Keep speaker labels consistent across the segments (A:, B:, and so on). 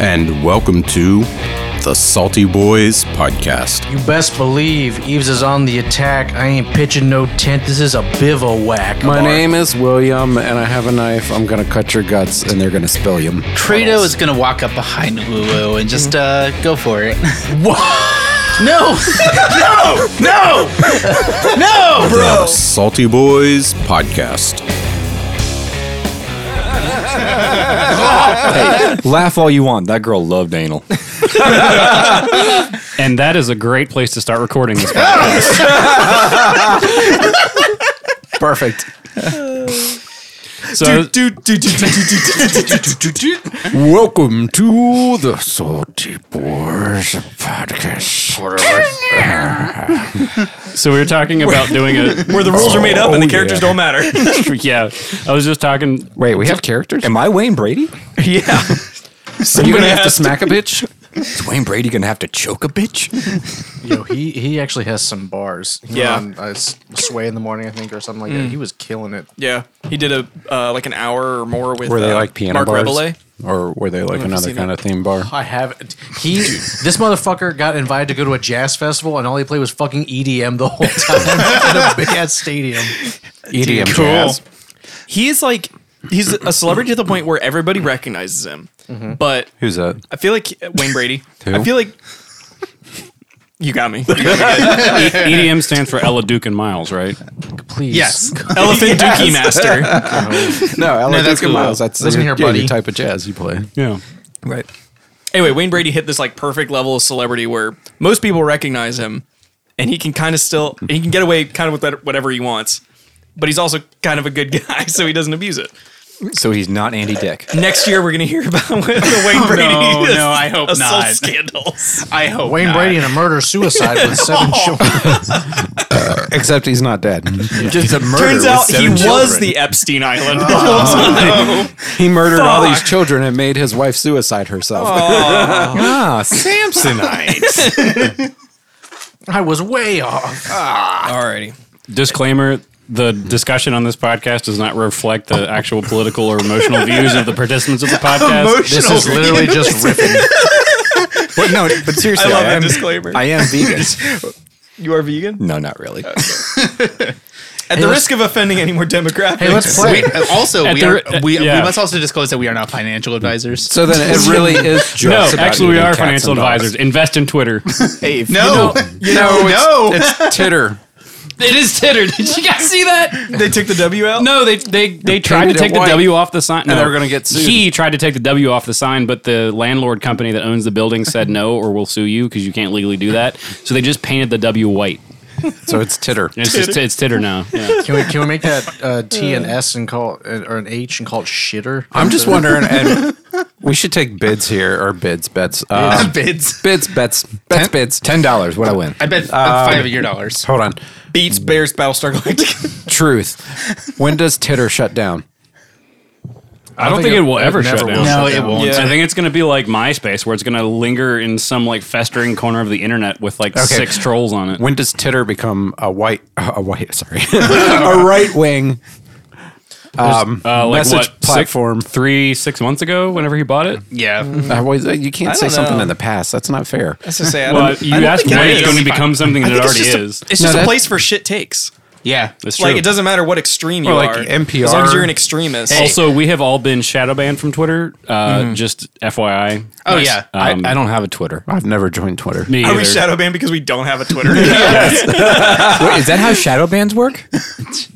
A: and welcome to the Salty Boys Podcast.
B: You best believe Eves is on the attack. I ain't pitching no tent. This is a bivouac.
C: My name is William, and I have a knife. I'm gonna cut your guts, and they're gonna spill you.
D: Credo is gonna walk up behind Lulu and just uh,
B: Mm-hmm.
D: go for it. no,
B: No! no!
A: The Salty Boys Podcast.
C: Laugh all you want. That girl loved anal.
E: And that is a great place to start recording this. podcast.
C: Perfect.
E: So,
C: Welcome to the Salty Boys Podcast.
E: so we were talking about doing a Oh,
F: where the rules are made up and the characters
C: yeah.
F: don't matter.
E: yeah. I was just talking.
C: Wait, we have characters. Am I Wayne Brady?
F: yeah.
C: Are you gonna have to
F: has to
C: smack a bitch? Is Wayne Brady gonna have to choke a bitch?
B: Yo, he, he actually has some bars. He went
F: Yeah.
B: On, uh, S- Sway in the morning, I think, or something like
D: Mm.
B: that. He was killing it.
F: Yeah, he did a uh, like an hour or more with
C: Were they
F: uh,
C: like piano
F: Mark
C: bars,
F: Rebele.
C: or were they like
F: if you've
C: another
F: seen
C: kind of theme bar?
B: I have he this motherfucker got invited to go to a jazz festival and all he played was fucking EDM the whole time in a big ass stadium.
C: EDM
F: Cool. He is like he's a celebrity to the point where everybody recognizes him. But
C: Who's that?
F: I feel like Wayne Brady.
C: Who?
F: I feel like you got me.
E: EDM E stands for Ella Duke and Miles, right?
B: Please.
D: yes.
F: Elephant Dookie Master.
C: No, I like
D: that's
C: Duke and
D: cool.
C: Miles. That's
B: Listen
C: your,
B: here,
C: yeah,
B: buddy.
C: your type of jazz you play.
E: Yeah.
C: Right.
F: Anyway, Wayne Brady hit this like perfect level of celebrity where most people recognize him, and he can kind of still he can get away kind of with that, whatever he wants. But he's also kind of a good guy, so he doesn't abuse it.
C: So he's not Andy Dick.
F: Next year, we're gonna hear about the Wayne Brady
D: no, no, I hope
F: assault
D: not.
F: scandals.
D: I hope
B: Wayne
D: not.
B: Brady in a murder suicide with seven children.
C: Except he's not dead.
D: Just a murder.
F: Turns out he
D: seven
F: was
D: children.
F: the Epstein Island. the
D: Oh,
F: whole time.
C: He murdered all these
F: Fuck.
C: children and made his wife suicide herself. ah, Samsonite.
B: I was way off.
F: Alrighty.
E: Disclaimer. The discussion on this podcast does not reflect the actual political or emotional views of the participants of the podcast.
B: This is literally just riffing.
C: but no, but seriously,
F: I
C: I,
F: love that
C: am,
F: disclaimer.
C: I am vegan.
F: you are vegan.
C: No, not really.
F: At the risk of offending any more demographics,
B: Hey, let's play.
D: We- uh, also, we,
E: the
D: are,
E: ri- uh,
D: we,
E: yeah.
D: we must also disclose that we are not financial advisors.
C: So then it really is just
E: No,
C: about
E: actually, we
C: eating
E: are
C: cats
E: financial
C: and dogs.
E: advisors. Invest in Twitter.
D: no,
C: You know,
D: No.
C: it's, it's titter.
E: it is Titter. Did you guys see that?
F: they took the W out.
E: No, they they they tried
C: painted
E: to
C: it
E: take the
C: white,
E: W off the sign, no,
C: they were gonna get sued.
E: He tried to take the W off the sign, but the landlord company that owns the building said no, or we'll sue you because you can't legally do that. So they just painted the W white.
C: So it's titter.
E: And it's just it's titter now. Yeah.
B: Can we can we make that uh, T and S and call it- or an H and call it shitter?
C: I'm just wondering, and we should take bids here or bids bets. Uh,
D: bids.
C: bids bets bets bids. Ten dollars. What I win?
D: I bet uh, five of your dollars.
C: Hold on.
F: Beats Bears Battlestar Galactica.
C: Truth. When does titter shut down?
E: I don't think it will ever shut
B: never
E: down.
B: will
D: No,
B: shut
D: it
B: down.
D: won't.
F: Yeah.
E: I think it's going to be like MySpace, where it's going to linger in some like festering corner of the internet with like
C: Okay.
E: six trolls on it.
C: When does Titter become a white, a white, sorry, a right wing um,
E: uh, like
C: message
E: what,
C: platform?
E: Six, three, six months ago, whenever he bought it.
D: Yeah.
C: Uh, well, you can't
F: I
C: say
F: don't
C: something
F: know.
C: in the past. That's not fair.
F: That's so sad.
E: Well, you asked
F: think it
E: when it's
F: is.
E: going to become something that it
F: it's
E: already
F: just a,
E: is.
F: it's
C: No,
F: just a
C: that-
F: place for shit takes.
D: Yeah.
E: It's
F: Like
E: true.
F: it doesn't matter what extreme you
C: Or like
F: are.
C: NPR.
F: As long as you're an extremist.
E: Also, we have all been shadow banned from Twitter. Uh, Just FYI.
D: Oh yeah.
C: I, I don't have a Twitter. I've never joined Twitter.
E: Me
F: Are we
E: either.
F: shadow banned because we don't have a Twitter?
C: Wait, is that how shadow bands work?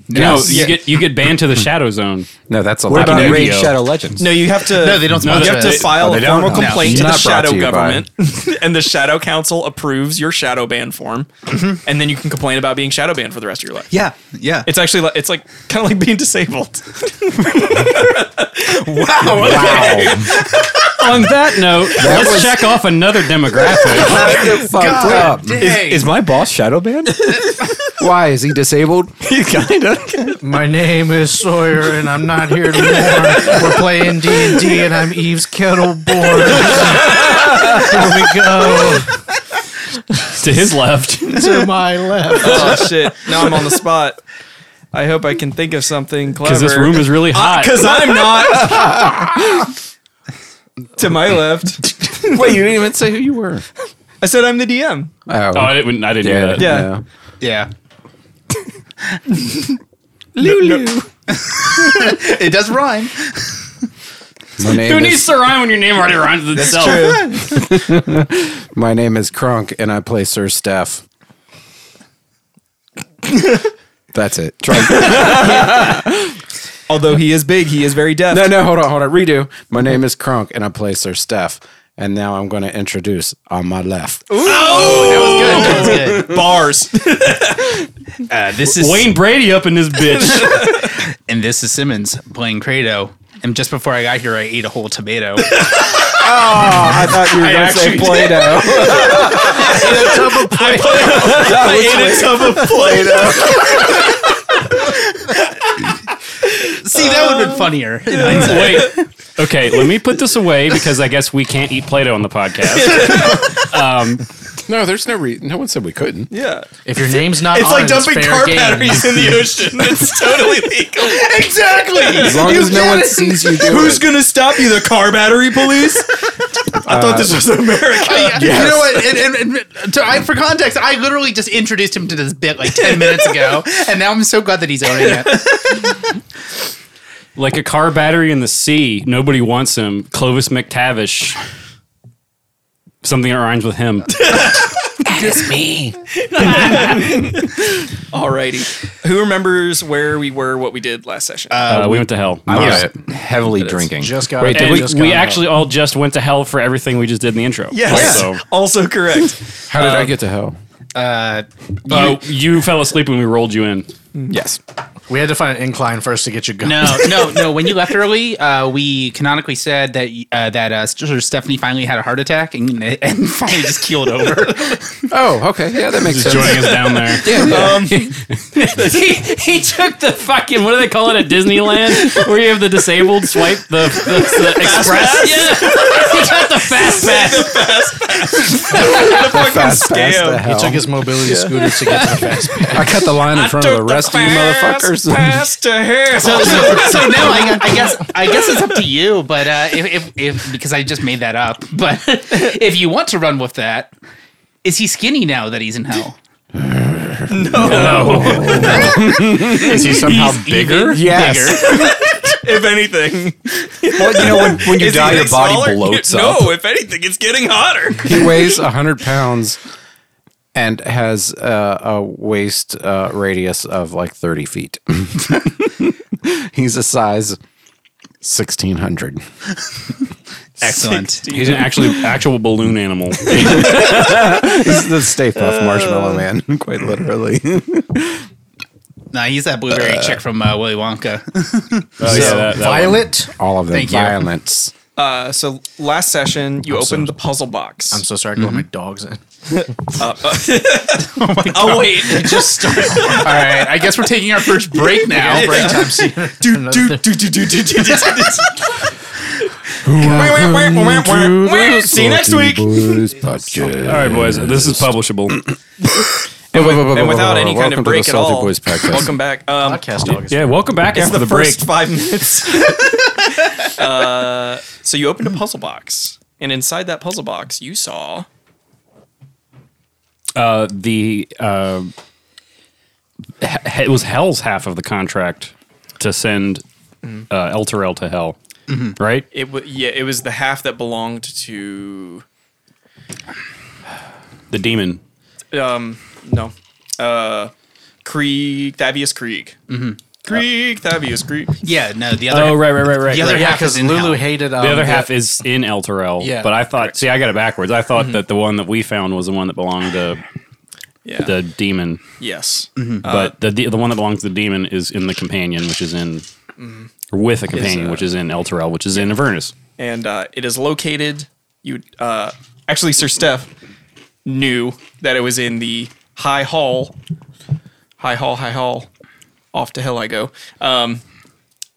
E: No,
C: Yes.
E: you
C: Yeah.
E: get you get banned to the shadow zone.
C: No, that's a
E: What
C: lot.
E: about
C: Like
E: Raid Shadow
C: Legends?
F: No, you have to.
D: No, they don't
F: You
D: sponsor
F: have to
D: it.
F: file
C: Oh, they
F: a
C: don't? No.
F: formal complaint to
C: Not
F: the
C: brought
F: shadow
C: to you by-
F: government, and the shadow council approves your shadow ban form, and then you can complain about being shadow banned for the rest of your life.
D: yeah. Yeah.
F: It's actually li- it's like kind of like being disabled.
C: Wow.
E: On that note, let's check off another demographic.
C: Fucked up.
D: Dang.
C: Is my boss shadow banned? Why is he disabled? He kind of.
B: My name is Sawyer, and I'm not here to mourn. We're playing D and D, and I'm Eve's kettleborn. Here we go
E: to his left,
B: to my left.
F: oh shit! Now I'm on the spot. I hope I can think of something clever.
E: because this room is really hot.
F: Because I'm not. to my left.
C: Wait, you didn't even say who you were.
F: I said I'm the DM.
C: Oh,
E: Oh, I didn't, I didn't know that.
F: Yeah.
D: Yeah. Lulu. it does rhyme.
C: My name
E: Who
C: is,
E: needs to rhyme when your name already rhymes with itself?
C: My name is Kronk, and I play Sir Staff. That's it. Try.
F: Although he is big, he is very deaf.
C: no, no, hold on, hold on. Redo. My name is Kronk, and I play Sir Staff. And now I'm going to introduce on my left.
D: That was good. That was good.
F: Bars.
D: Uh, this is
E: Wayne Brady up in this bitch.
D: and this is Simmons playing Credo. And just before I got here, I ate a whole tomato.
C: I thought you were going to say Play-Doh.
D: See, that would have been funnier. in hindsight.
E: Wait. Okay, let me put this away because I guess we can't eat Play-Doh on the podcast. Um,
C: no, there's no reason. No one said we couldn't.
F: Yeah.
B: If your name's not
F: Oh, It's
B: on
F: like
B: it, it's
F: dumping
B: fair
F: car
B: game.
F: batteries in the ocean. It's totally legal.
C: As long as no one sees you do
F: Who's
C: it.
F: gonna stop you? The car battery police? I thought this was America.
D: You know what? And, and, and to, I, for context, I literally just introduced him to this bit like 10 minutes ago. And now I'm so glad that he's owning it.
E: like a car battery in the sea. Nobody wants him. Clovis McTavish. Something that rhymes with him.
F: Alrighty. Who remembers where we were, what we did last session?
E: Uh, we went to hell.
C: I was heavily drinking.
B: Just got
C: Wait,
B: it.
C: did
E: and
C: we-
E: we,
B: Just
E: we
B: got
E: actually all just went to hell for everything we just did in the intro.
F: yes.
E: So,
F: Also correct.
C: How did I get to hell?
E: uh, you fell asleep when we rolled you in.
C: Yes.
B: We had to find an incline first to get you going.
D: No, no, no. When you left early, uh, we canonically said that uh, that uh, Sister Stephanie finally had a heart attack and, and finally just keeled over.
C: Oh, okay. Yeah, that makes sense.
E: Just joining us down there.
F: Um,
E: he, he took the fucking what do they call it at Disneyland where you have the disabled swipe the, the, the express. Yeah. he got the fast pass.
F: fucking
C: Fast pass
F: scam.
C: to
B: He
C: hell.
B: took his mobility scooter to get to the fast pass.
C: I cut the line in front of the rest of you
F: Fast
C: motherfuckers.
F: pass to hell.
D: So, so, so now I, I guess I guess it's up to you. But uh, if, if if because I just made that up. But if you want to run with that, is he skinny now that he's in hell?
E: Is he somehow
D: bigger?
C: Yes.
F: if anything.
C: Well, you know, when, when you
F: Is he
C: die, your
F: getting
C: body
F: smaller?
C: bloats
F: no,
C: up.
F: if anything, it's getting hotter.
C: He weighs 100 pounds and has uh, a waist uh, radius of like 30 feet. He's a size 1600.
D: Excellent.
E: He's an actually actual balloon animal.
C: He's the Stay Puff Marshmallow
F: Uh.
C: Man, quite literally.
D: Nah, he's that blueberry chick from uh, Willy Wonka.
E: Oh, yeah, that- that one.
B: Violet.
C: All of them.
D: Thank you.
C: Violence.
F: Uh, so last session, you opened the puzzle box.
B: I'm so sorry. I got my dogs in.
F: oh wait,
D: All right, I guess we're taking our first break now.
B: Break time scene.
F: do do do do do do do do. See you next week.
E: All right, boys, this is publishable.
F: And without any kind of break at all.
C: Boys podcast.
F: Welcome back. Um,
B: Podcast dogs.
E: Yeah, welcome back
F: it's
E: after
F: the,
E: the, break.
F: first five minutes. uh, so you opened a puzzle box, and inside that puzzle box, you saw
E: Uh, the uh, he- it was Hell's half of the contract to send uh, El Terrell to Hell, right?
F: it. W- yeah, it was the half that belonged to.
E: The demon.
F: Um, no, uh, Krieg Thavius Krieg. Mm-hmm. Krieg Thavius Krieg.
D: Yeah, no, the other.
E: Oh, right, right, right, right.
D: The other
B: Yeah,
D: half is
B: because
D: in
B: Lulu
D: hell.
B: hated um,
E: The other half is in El Terrell.
B: Yeah.
E: But I thought, see, I got it backwards. I thought that the one that we found was the one that belonged to
F: Yeah.
E: the demon.
F: yes. Uh,
E: But the the one that belongs to the demon is in the companion, which is in, or with a companion,
F: uh,
E: which is in El Terrell, which is in Avernus.
F: and uh, it is located. You uh, actually, Sir Steph knew that it was in the High Hall, High Hall, High Hall. Off to hell I go, um,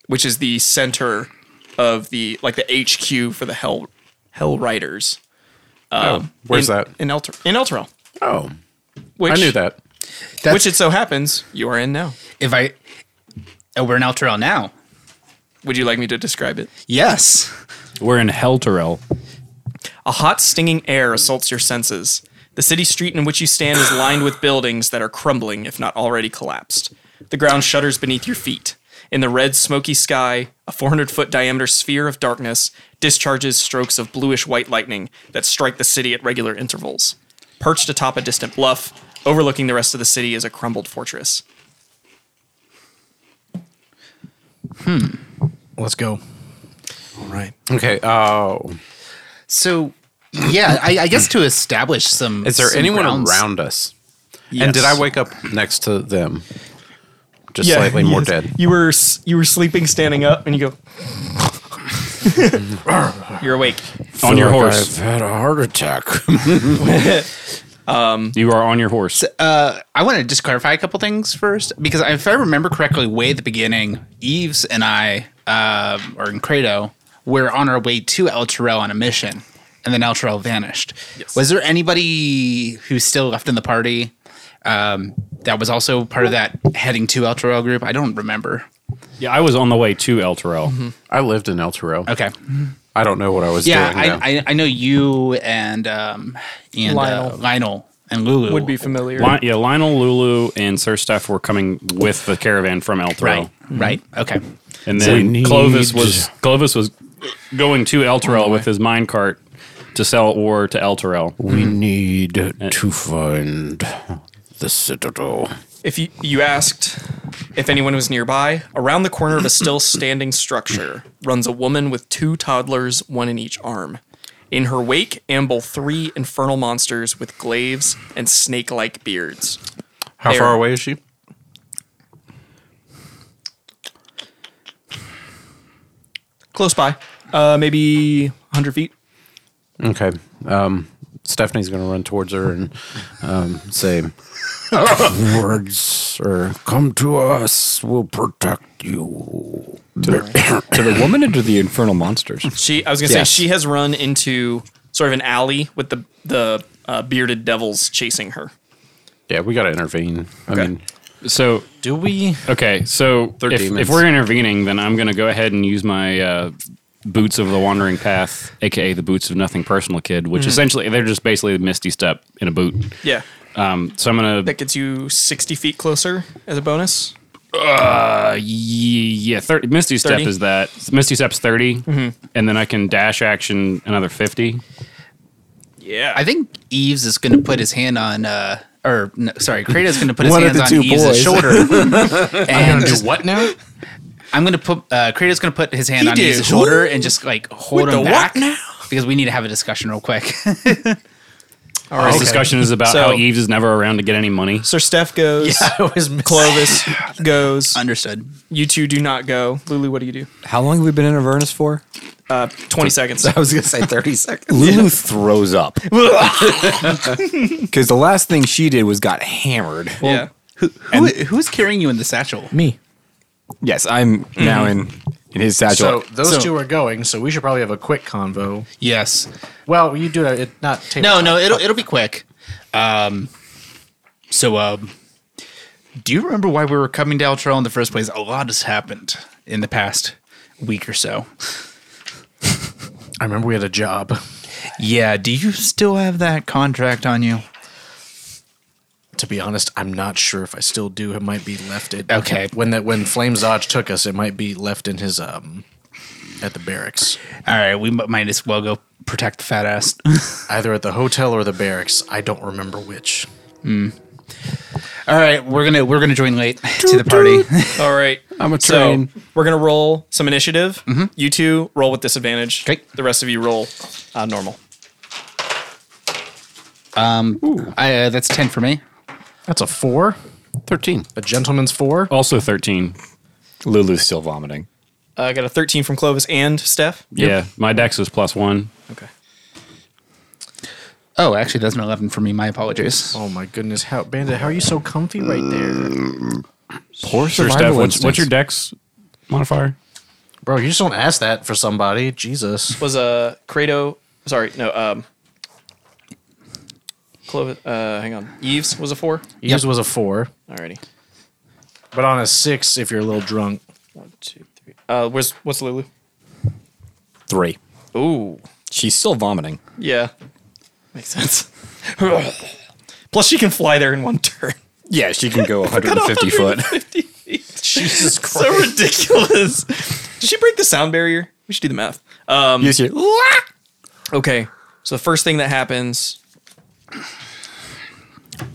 F: which is the center of the like the HQ for the Hell Hell Riders. Um,
C: Oh, where's
F: in,
C: that?
F: in Elter in Elturel?
C: Oh,
F: Which
C: I knew that.
D: That's-
F: Which it so happens you are in now.
D: if I, oh, we're in Alterel now.
F: Would you like me to describe it?
D: Yes.
E: We're in Hell Terrell.
F: A hot, stinging air assaults your senses. The city street in which you stand is lined with buildings that are crumbling, if not already collapsed. The ground shudders beneath your feet. In the red, smoky sky, a 400 foot diameter sphere of darkness discharges strokes of bluish white lightning that strike the city at regular intervals. Perched atop a distant bluff, overlooking the rest of the city is a crumbled fortress.
B: Let's go.
C: Okay. Oh,
D: So, yeah, I, I guess to establish some.
C: is there
D: some
C: anyone
D: grounds-
C: around us? And did I wake up next to them? Just slightly more dead.
F: You were s- you were sleeping, standing up, and you go. You're awake.
E: on your horse.
C: I've had a heart attack.
E: You are on your horse.
D: I want to just clarify a couple things first because if I remember correctly, way at the beginning, Eves and I, uh, or in Credo, were on our way to El Terrell on a mission, and then El Terrell vanished. Was there anybody who's still left in the party um, that was also part of that heading to El Terrell group? I don't remember.
E: Yeah, I was on the way to El Terrell.
C: I lived in El Toro.
D: Okay,
C: I don't know what I was
D: yeah,
C: doing. though.
D: I, I, I know you and um, and
F: Lionel.
D: Lionel. Uh, Lionel and Lulu
F: Would be familiar.
E: Li- yeah, Lionel, Lulu, and Sir Steph were coming with the caravan from El Terrell.
D: right, right, okay.
E: And
C: They
E: then
C: need-
E: Clovis was Clovis was going to El Terrell with his mine cart to sell ore to El Terrell.
C: We need to find the citadel.
F: If you, you asked if anyone was nearby, around the corner of a still standing structure runs a woman with two toddlers, one in each arm. In her wake amble three infernal monsters with glaives and snake like beards.
C: How
F: There.
C: far away is she?
F: Close by, uh, maybe 100 feet.
C: Okay. Um, Stephanie's going to run towards her and um, say, Words, or come to us. We'll protect you.
A: to the woman and to the infernal monsters.
F: She, I was going to
C: Yes.
F: say, she has run into sort of an alley with the, the uh, bearded devils chasing her.
C: Yeah, we got to intervene. I mean,
E: So
B: Do we?
E: okay, so
C: They're
E: if,
C: demons.
E: if we're intervening, then I'm going to go ahead and use my uh, boots of the wandering path, aka the boots of nothing personal kid, which
F: Hmm.
E: essentially they're just basically a misty step in a boot.
F: Yeah.
E: Um, so I'm going to
F: That gets you 60 feet closer as a bonus.
E: yeah, 30, misty step
F: 30?
E: is that misty step's 30
F: Mm-hmm.
E: and then I can dash action another fifty.
F: Yeah.
D: I think Eves is going to put his hand on, uh, or no, sorry, Kratos going to put his
A: One of
D: hands
A: the
D: on
A: two
D: Eves'
A: boys.
D: shoulder, and just,
B: What now?
D: I'm going to put uh, Kratos going to put his hand on
F: did
D: Eves' shoulder and just like hold
F: With
D: him
F: the what
D: back
F: now?
D: because we need to have a discussion real quick.
F: All right.
E: This discussion is about how
F: So-
E: Eves is never around to get any money.
F: Sir Steph goes.
B: I was
F: Clovis goes.
D: Understood.
F: You two do not go. Lulu, what do you do?
A: How long have we been in Avernus for?
F: 20 seconds.
A: I was gonna say thirty seconds. Lulu throws up because the last thing she did was got hammered.
F: yeah.
D: Who, who's carrying you in the satchel?
B: me.
A: Yes, I'm now in in his
B: So
A: satchel.
B: those
D: So-
B: two are going. So we should probably have a quick convo.
D: Yes.
B: Well, you do it. it- Not table
D: No,
B: talk.
D: no, it'll it'll be quick. Um, so um, do you remember why we were coming to Altrell in the first place? A lot has happened in the past week or so.
B: I remember we had a job.
D: Yeah, do you still have that contract on you?
B: To be honest, I'm not sure if I still do. It might be left it.
D: Okay.
B: When that when Flames Dodge took us, it might be left in his um at the barracks,
D: All right, we m- might as well go protect the fat ass.
B: either at the hotel or the barracks. I don't remember which.
D: All right, we're gonna we're gonna join late to the party.
F: All right.
C: I'm a
F: So
C: train.
F: we're going to roll some initiative. You two roll with disadvantage.
D: Okay.
F: The rest of you roll uh, normal.
D: I, uh, that's ten for me.
B: That's a four.
C: 13.
B: A gentleman's four.
E: Also thirteen.
A: Lulu's still vomiting.
F: Uh, I got a 13 from Clovis and Steph.
E: Yeah, my dex was plus one.
F: Okay.
D: Oh, actually, that's an eleven for me. My apologies.
B: Oh my goodness, how Bandit, how are you so comfy right there,
A: Poor
E: Sure, Steph,
A: survival
E: what's, what's your
A: instincts.
E: dex modifier?
B: bro? You just don't ask that for somebody. Jesus.
F: Was uh, Credo. Sorry. No. Um, Clovis. Uh, hang on. Eves was a four.
B: Yours was a four,
F: Alrighty.
B: but on a six, if you're a little drunk,
F: One, two, three. Uh, where's, what's Lulu?
A: three?
F: Ooh.
G: She's still vomiting.
F: Yeah. Makes sense. Plus, she can fly there in one turn.
G: Yeah, she can go 150 foot.
F: Jesus Christ. So ridiculous. Did she break the sound barrier? We should do the math. Um,
G: You see-
F: Okay. So the first thing that happens.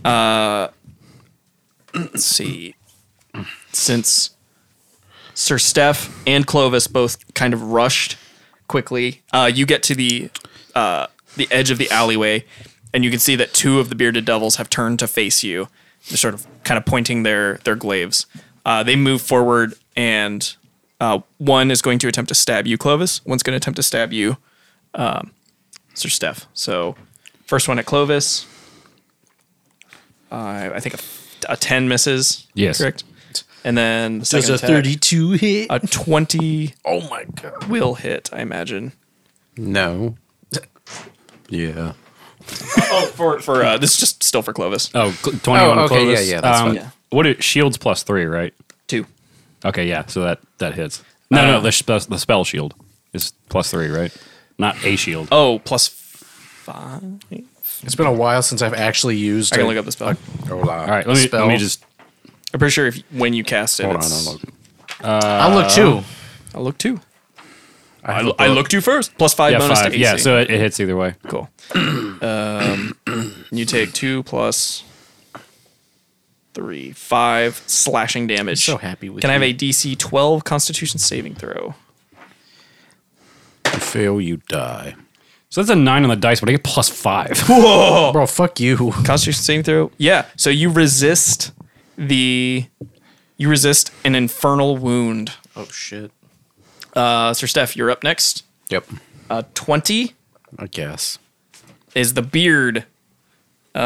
F: Uh, let's see. Since Sir Steph and Clovis both kind of rushed quickly, uh, you get to the uh, the edge of the alleyway, and you can see that two of the bearded devils have turned to face you. They're sort of kind of pointing their their glaives. Uh, they move forward, and uh, one is going to attempt to stab you, Clovis. One's going to attempt to stab you, Sir Steph. So, first one at Clovis. Uh, I think a, a 10 misses.
G: Yes.
F: Correct. And then the second
B: Does a
F: attack,
B: 32 hit?
F: A 20. Oh my God. Will hit, I imagine.
C: No. Yeah.
F: Oh, for, for uh, this is just still for Clovis.
E: Oh, cl- 21
C: Oh, okay,
E: Clovis.
C: yeah, yeah, that's
E: um,
F: fine.
E: What is, shields plus three, right?
F: Two.
E: Okay, yeah. So that that hits. No,
C: Uh,
E: no, the, spe- the spell shield is plus three, right? Not a shield.
F: Oh, plus five.
B: It's been a while since I've actually used
F: I
B: it.
F: can look up the spell.
C: Uh,
E: All right, let me
B: spell.
E: let me just.
F: I'm pretty sure if when you cast it, it's,
B: I'll look too.
F: I'll look two.
E: I,
F: I looked you first. Plus five
E: yeah,
F: bonus
E: five.
F: to AC.
E: Yeah, so it, it hits either way.
F: Cool. um, you take two plus three, five slashing damage.
B: so happy with
F: Can I have
B: you.
F: a DC 12 Constitution saving throw?
C: You fail, you die.
E: So that's a nine on the dice, but I get plus five.
B: Bro, fuck you.
F: Constitution saving throw. Yeah. So you resist the, you resist an infernal wound.
B: Oh, shit.
F: Uh, Sir Steph, you're up next.
C: Yep.
F: Uh, twenty
C: I guess.
F: is the beard. Uh,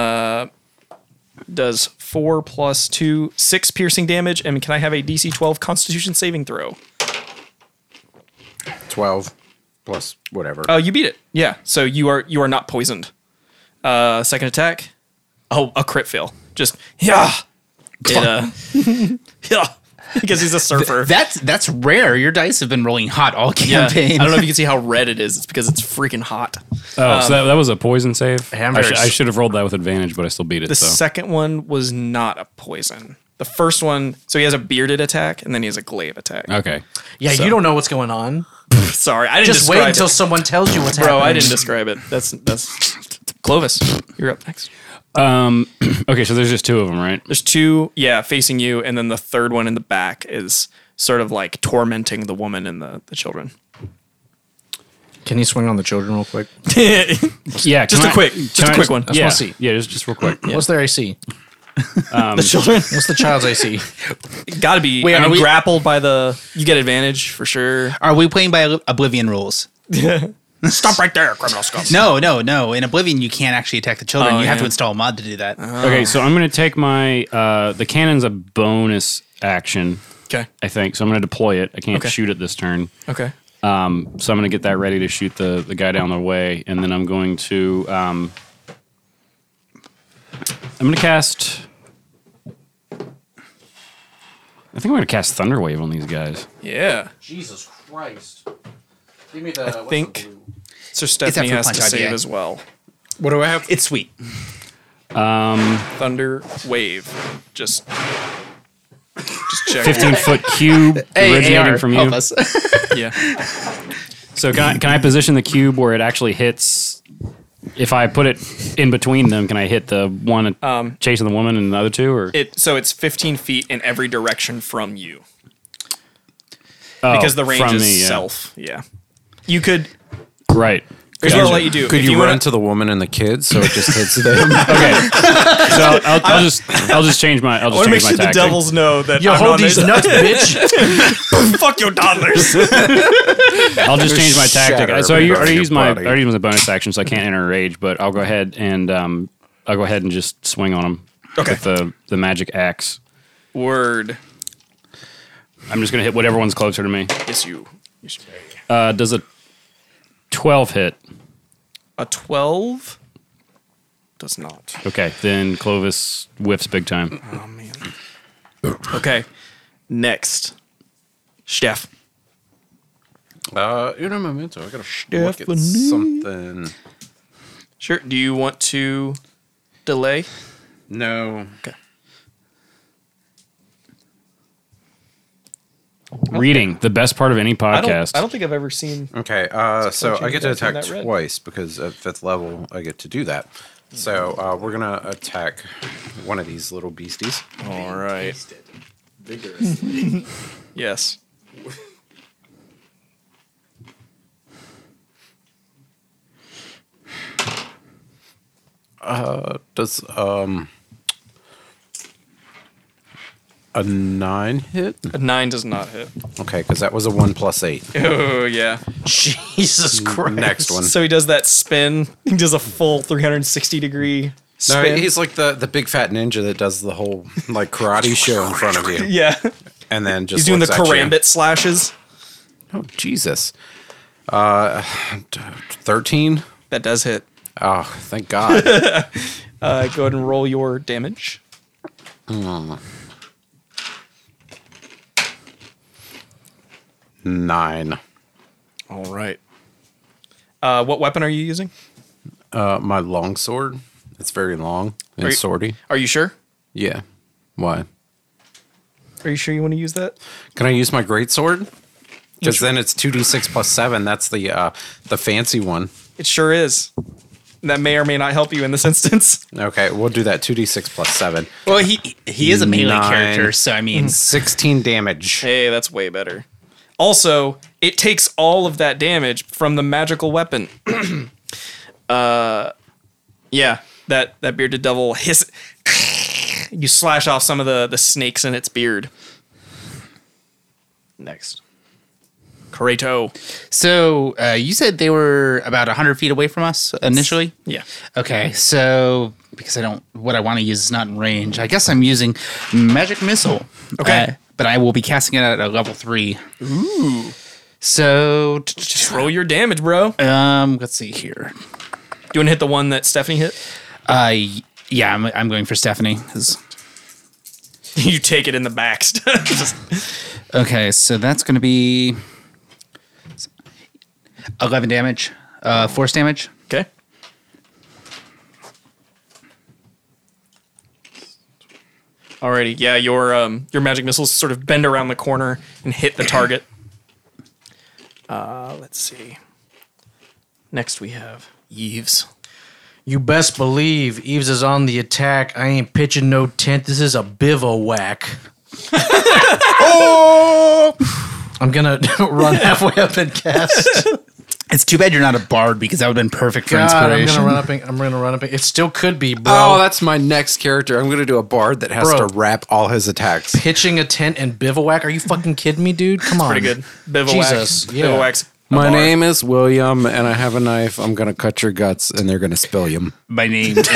F: does four plus two, six piercing damage, and can I have a DC 12 Constitution saving throw?
C: 12 plus whatever.
F: Oh, you beat it. Yeah. So you are you are not poisoned. Uh, second attack. Oh, a crit fail. Just yeah. It, uh, yeah. Because he's a surfer.
D: That's that's rare. Your dice have been rolling hot all
F: yeah.
D: campaign.
F: I don't know if you can see how red it is. It's because it's freaking hot.
E: Oh, so
F: Um,
E: that, that was a poison save. I,
B: Hammers.
E: should- I should have rolled that with advantage, but I still beat it.
F: The
E: so
F: second one was not a poison. The first one, so he has a bearded attack and then he has a glaive attack.
E: okay,
B: Yeah, you don't know what's going on.
F: Sorry, I didn't
B: Just wait
F: describe
B: until
F: it.
B: someone tells you what's
F: bro.
B: happening.
F: I didn't describe it. That's that's Clovis. You're up next.
E: Um, okay. So there's just two of them, right?
F: There's two, yeah, facing you, and then the third one in the back is sort of like tormenting the woman and the, the children.
B: Can you swing on the children real quick?
E: Yeah,
F: Just
E: can
F: a
E: I-
F: quick-
E: can
F: just a
E: I-
F: quick one. I just
E: Yeah,
B: wanna see.
E: yeah, just just real quick.
B: What's their AC?
F: the children
B: What's the child's AC?
F: gotta be
D: Wait,
F: I
D: are
F: mean,
D: we-
F: grappled by the. You get advantage for sure.
D: Are we playing by Ob- Oblivion rules?
F: Stop right there, criminal scum.
D: No, no, no. In Oblivion, you can't actually attack the children.
F: Oh,
D: you have
F: yeah.
D: to install a mod to do that.
E: Okay, so I'm gonna take my uh, the cannon's a bonus action,
F: Okay.
E: I think. So I'm gonna deploy it. I can't
F: Okay.
E: shoot it this turn,
F: Okay.
E: so I'm gonna get that ready to shoot the the guy down the way, and then I'm going to um, I'm gonna cast. I think I'm gonna cast Thunderwave on these guys.
F: Yeah.
B: Jesus Christ. Give me the.
F: I think. So
D: after
F: Stephanie has
D: punch
F: to
D: out,
F: save
D: yeah.
F: as well.
C: what do I have?
D: It's sweet.
F: Thunder wave, just. Just check.
E: 15 foot cube originating from you.
D: help us.
F: Yeah.
E: So can I, can I position the cube where it actually hits? If I put it in between them, can I hit the one chasing the woman and the other two? Or
F: It so it's 15 feet in every direction from you.
E: Oh,
F: because the range
E: from
F: is
E: me, yeah.
F: self. Yeah. You could.
E: Right.
F: Here's what I'll let you do.
C: Could
F: If
C: you, run
F: wanna-
C: to the woman and the kids so it just hits them?
E: Okay. so I'll, I'll, I'll just I'll just change my I'll just
F: I want to
E: change
F: make
E: my
F: sure the
E: tactic.
F: devils know that.
B: Yo,
F: I'm
B: hold
F: on
B: these
F: this-
B: nuts, bitch.
F: Fuck your toddlers.
E: I'll just change my
C: shatter
E: tactic. So I
C: everywhere
E: already
C: in
E: used
C: your
E: my I
C: body.
E: already used my bonus action, so I can't enter a rage. But I'll go ahead and um I'll go ahead and just swing on him
F: Okay.
E: with the the magic axe.
F: Word.
E: I'm just gonna hit whatever one's closer to me.
F: Yes, you. you should-
E: Uh, does a twelve hit?
F: A 12 does not.
E: Okay, then Clovis whiffs big time.
F: Oh, man. Okay. Next. Steph.
C: Uh, uno momento. I gotta look at something.
F: Sure. Do you want to delay?
C: No.
E: Reading, the best part of any
F: I don't,
E: podcast.
F: I don't think I've ever seen.
C: Okay. Uh, so
F: like you
C: I get to
F: guys had
C: attack
F: that red.
C: twice because at fifth level I get to do that. So uh, we're gonna attack one of these little beasties.
F: All right. yes.
C: Does um a nine hit?
F: A nine does not hit.
C: Okay, because that was a one plus eight.
F: Oh yeah.
B: Jesus Christ.
C: Next one.
F: So he does that spin. He does a full 360 degree
C: No,
F: spin.
C: he's like the, the big fat ninja that does the whole like karate show in front of you,
F: yeah.
C: and then just
F: He's doing the
C: looks at you.
F: karambit slashes.
C: Oh Jesus! Uh, thirteen.
F: That does hit.
C: Oh, thank God.
F: Uh, go ahead and roll your damage.
C: Nine.
F: All right. Uh, what weapon are you using?
C: Uh, my long sword. It's very long and
F: Are you-
C: swordy.
F: Are you sure?
C: Yeah. Why?
F: Are you sure you want to use that?
C: Can I use my great sword? Because then it's two d six plus seven. That's the uh, the fancy one.
F: It sure is. That may or may not help you in this instance.
C: Okay, we'll do that. Two d six plus seven.
D: Well, he he is a melee
C: Nine.
D: character, so I mean,
C: Sixteen damage.
F: Hey, that's way better. Also, it takes all of that damage from the magical weapon. uh, yeah, that that bearded devil hiss. you slash off some of the the snakes in its beard. Next, Krato.
D: so uh, you said they were about hundred feet away from us initially.
F: Yeah,
D: Okay, so because I don't, what I want to use is not in range. I guess I'm using magic missile.
F: Okay.
D: Uh, but I will be casting it at a level three. Ooh. So t- t-
F: roll your damage, bro. Do
D: um, let's see here.
F: you want to hit the one that Stephanie hit?
D: Uh, y- yeah, I'm, I'm going for Stephanie. 'cause-
F: you take it in the back. Just-
D: Okay, so that's going to be eleven damage, uh, force damage.
F: okay. Alrighty, yeah, your um, your magic missiles sort of bend around the corner and hit the target. Uh, let's see. Next we have Eves.
B: You best believe Eves is on the attack. I ain't pitching no tent. This is a bivouac. oh! I'm gonna run halfway up and cast.
D: It's too bad you're not a bard because that would have been perfect for
B: God, I'm
D: inspiration.
B: gonna run up and I'm gonna run up. And, it still could be, bro.
C: Oh, that's my next character. I'm gonna do a bard that has
B: Bro.
C: to wrap all his attacks.
B: pitching a tent and bivouac. Are you fucking kidding me, dude? Come on.
F: Pretty good. Bivouac.
B: Jesus, yeah.
F: Bivouacs.
C: My
F: Bar.
C: name is William, and I have a knife. I'm gonna cut your guts, and they're gonna spill you.
D: My name is.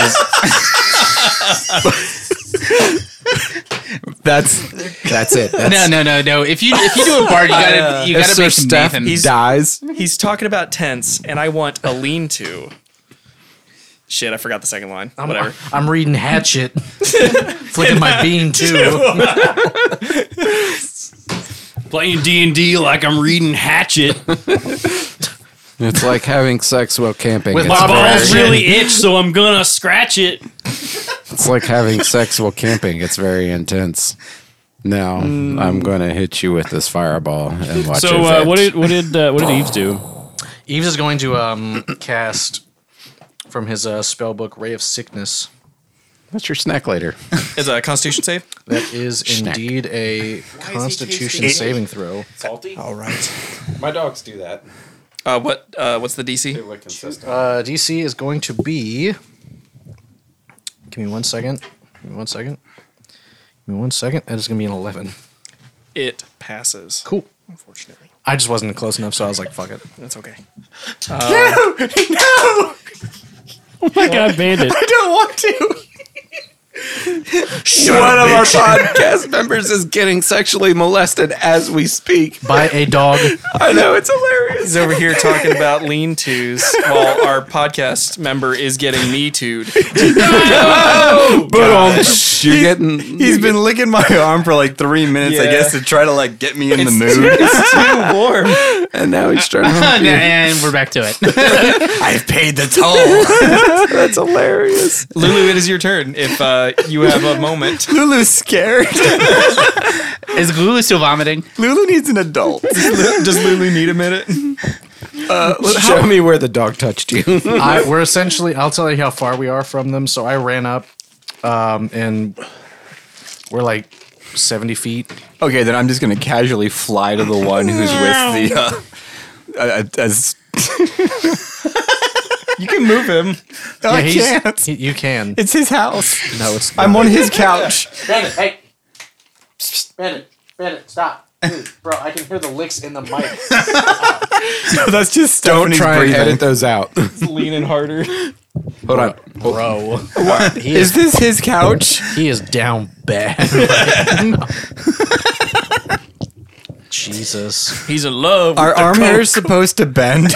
D: That's
C: That's it. That's
D: no, no, no, no. If you if you do a bard, you gotta you
C: if
D: gotta
C: Sir
D: make some
C: Steph
D: Nathan.
C: dies.
F: He's talking about tents, and I want a lean-to. Shit, I forgot the second line.
B: I'm,
F: Whatever.
B: I'm reading Hatchet, flicking my bean too.
E: Playing D and D like I'm reading Hatchet.
C: It's like having sex while camping. It's,
E: My
C: very-
E: balls really itch, so I'm gonna scratch it.
C: it's like having sex while camping. It's very intense. Now I'm gonna hit you with this fireball and watch.
E: So
C: it
E: uh,
C: vent.
E: what did what did uh, what did Eves do?
B: Eves is going to um, cast from his uh, spell book Ray of Sickness.
C: That's your snack later.
F: Is a Constitution save?
B: That is indeed a Constitution saving throw.
C: My dogs do that.
F: Uh, what? Uh, what's the DC?
C: Like consistent.
B: Uh, DC is going to be. Give me one second. Give me one second. Give me one second. That is going to be an 11.
F: It passes.
B: Cool.
F: Unfortunately,
B: I just wasn't close enough, so I was like, fuck it.
F: that's okay.
E: My God, Bandit.
C: One of our podcast
G: um,
C: members is getting sexually molested as we speak.
B: By a dog.
C: I know it's hilarious.
F: He's over here talking about lean tos while our podcast member is getting me tooed.
G: You're getting. He's been licking my arm for like three minutes, I
F: Yeah.
G: guess, to try to like get me in the mood.
F: It's too warm.
G: and now he's trying.
D: Yeah, Oh, and we're back to it.
G: I've paid the toll. That's hilarious.
F: Lulu, it is your turn if uh, you have a moment.
G: Lulu's scared.
D: Is Lulu still vomiting?
G: Lulu needs an adult.
F: Does Lulu need a minute?
C: Show me where the dog touched you.
B: I, we're essentially. I'll tell you how far we are from them. So I ran up, um, and we're like seventy feet.
G: Okay, then I'm just gonna casually fly to the one who's with the. Uh, uh, as
F: You can move him.
G: I
B: he's-
G: can't.
B: he- you can.
G: It's his house.
B: no, it's
G: I'm on his couch.
H: Brandon, hey. Psst, Brandon, Brandon, stop. Dude, bro, I can hear the licks in the mic.
G: That's just Stephanie's
C: Try and
G: breathing.
C: edit those out.
F: Leaning harder.
C: Hold on.
B: bro. He
G: Is this his couch?
B: He is down bad. Jesus.
I: He's in love.
G: Are arm hairs supposed to bend?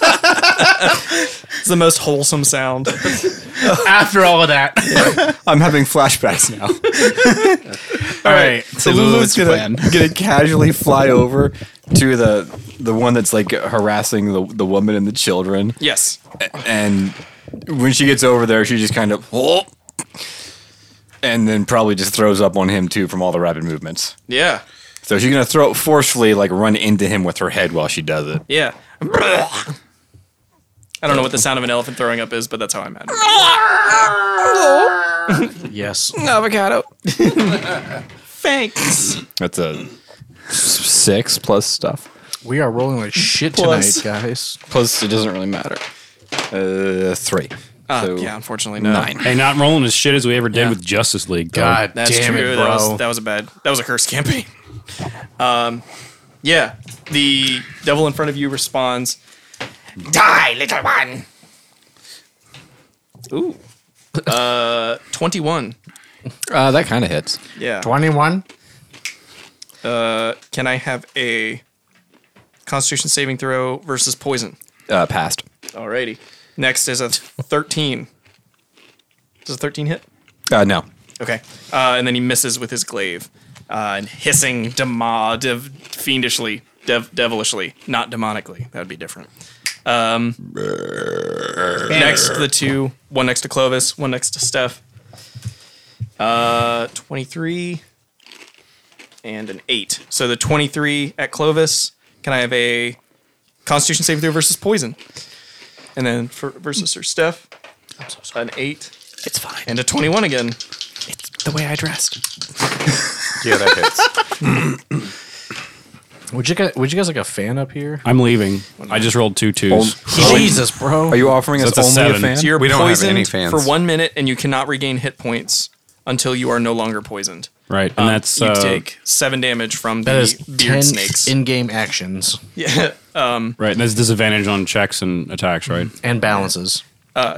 F: It's the most wholesome sound.
D: After all of that.
G: I'm having flashbacks now.
D: All right.
G: So Lulu's gonna, gonna casually fly over to the the one that's like harassing the, the woman and the children.
F: Yes.
G: And when she gets over there, she just kind of and then probably just throws up on him too from all the rapid movements.
F: Yeah.
G: So she's gonna throw forcefully like run into him with her head while she does it.
F: Yeah. I don't know what the sound of an elephant throwing up is, but that's how I imagine.
B: Yes.
F: Avocado. Thanks.
G: That's a s- six plus stuff.
B: We are rolling like shit
F: Plus.
B: tonight, guys.
G: Plus it doesn't really matter. Uh, three.
F: Uh,
G: So-
F: yeah, unfortunately, no.
G: Nine.
E: Hey, not rolling as shit as we ever did with Justice League. though.
B: God
F: That's
B: damn
F: true.
B: it,
F: That
B: bro.
F: was that was a bad. That was a curse campaign. Um, yeah, the devil in front of you responds, "Die, little one." Ooh, uh, twenty-one.
G: Uh, that kind of hits.
F: Yeah.
B: 21?
F: Can I have a Constitution saving throw versus poison?
G: Uh, passed.
F: Alrighty. Next is a thirteen. Does a thirteen hit?
G: Uh, no.
F: Okay. Uh, and then he misses with his glaive. Uh, and hissing dema, dev, fiendishly, dev, devilishly, not demonically. That would be different. Um, next, the two one next to Clovis, one next to Steph. Uh, 23 and an 8. So the 23 at Clovis. Can I have a Constitution saving throw versus poison? And then for versus Sir Steph, an 8
D: It's fine.
F: and a 21 again.
D: The way I dressed.
C: Yeah, that hits.
B: Would you guys, would you guys like a fan up here?
E: I'm leaving. I just rolled two twos.
B: Jesus, bro.
G: Are you offering us
E: that's a
G: only
E: seven.
G: a fan?
E: So
F: You're
C: We don't have
F: poisoned
C: any fans.
F: for one minute, and you cannot regain hit points until you are no longer poisoned.
E: right, and that's
F: Um, you
E: uh,
F: take seven damage from
B: that is
F: the beard
B: 10
F: snakes.
B: in-game actions
F: yeah,
E: right. And that's disadvantage on checks and attacks. Right.
F: Mm-hmm.
B: and balances.
F: so,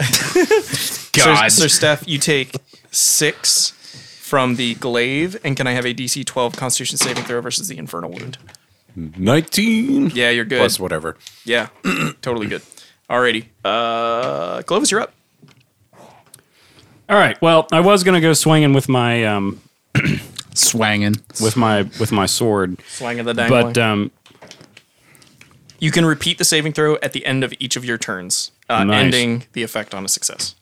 D: God.
F: so Steph, you take six from the glaive, and can I have a DC 12 Constitution saving throw versus the infernal wound?
C: 19
F: Yeah, you're good.
C: plus whatever.
F: Yeah, totally good. Alrighty, uh, Clovis, you're up.
E: All right. Well, I was gonna go swinging with my um
D: Swanging.
E: with my with my sword,
F: Flying of the dynamite.
E: but um
F: you can repeat the saving throw at the end of each of your turns, uh,
E: Nice.
F: ending the effect on a success.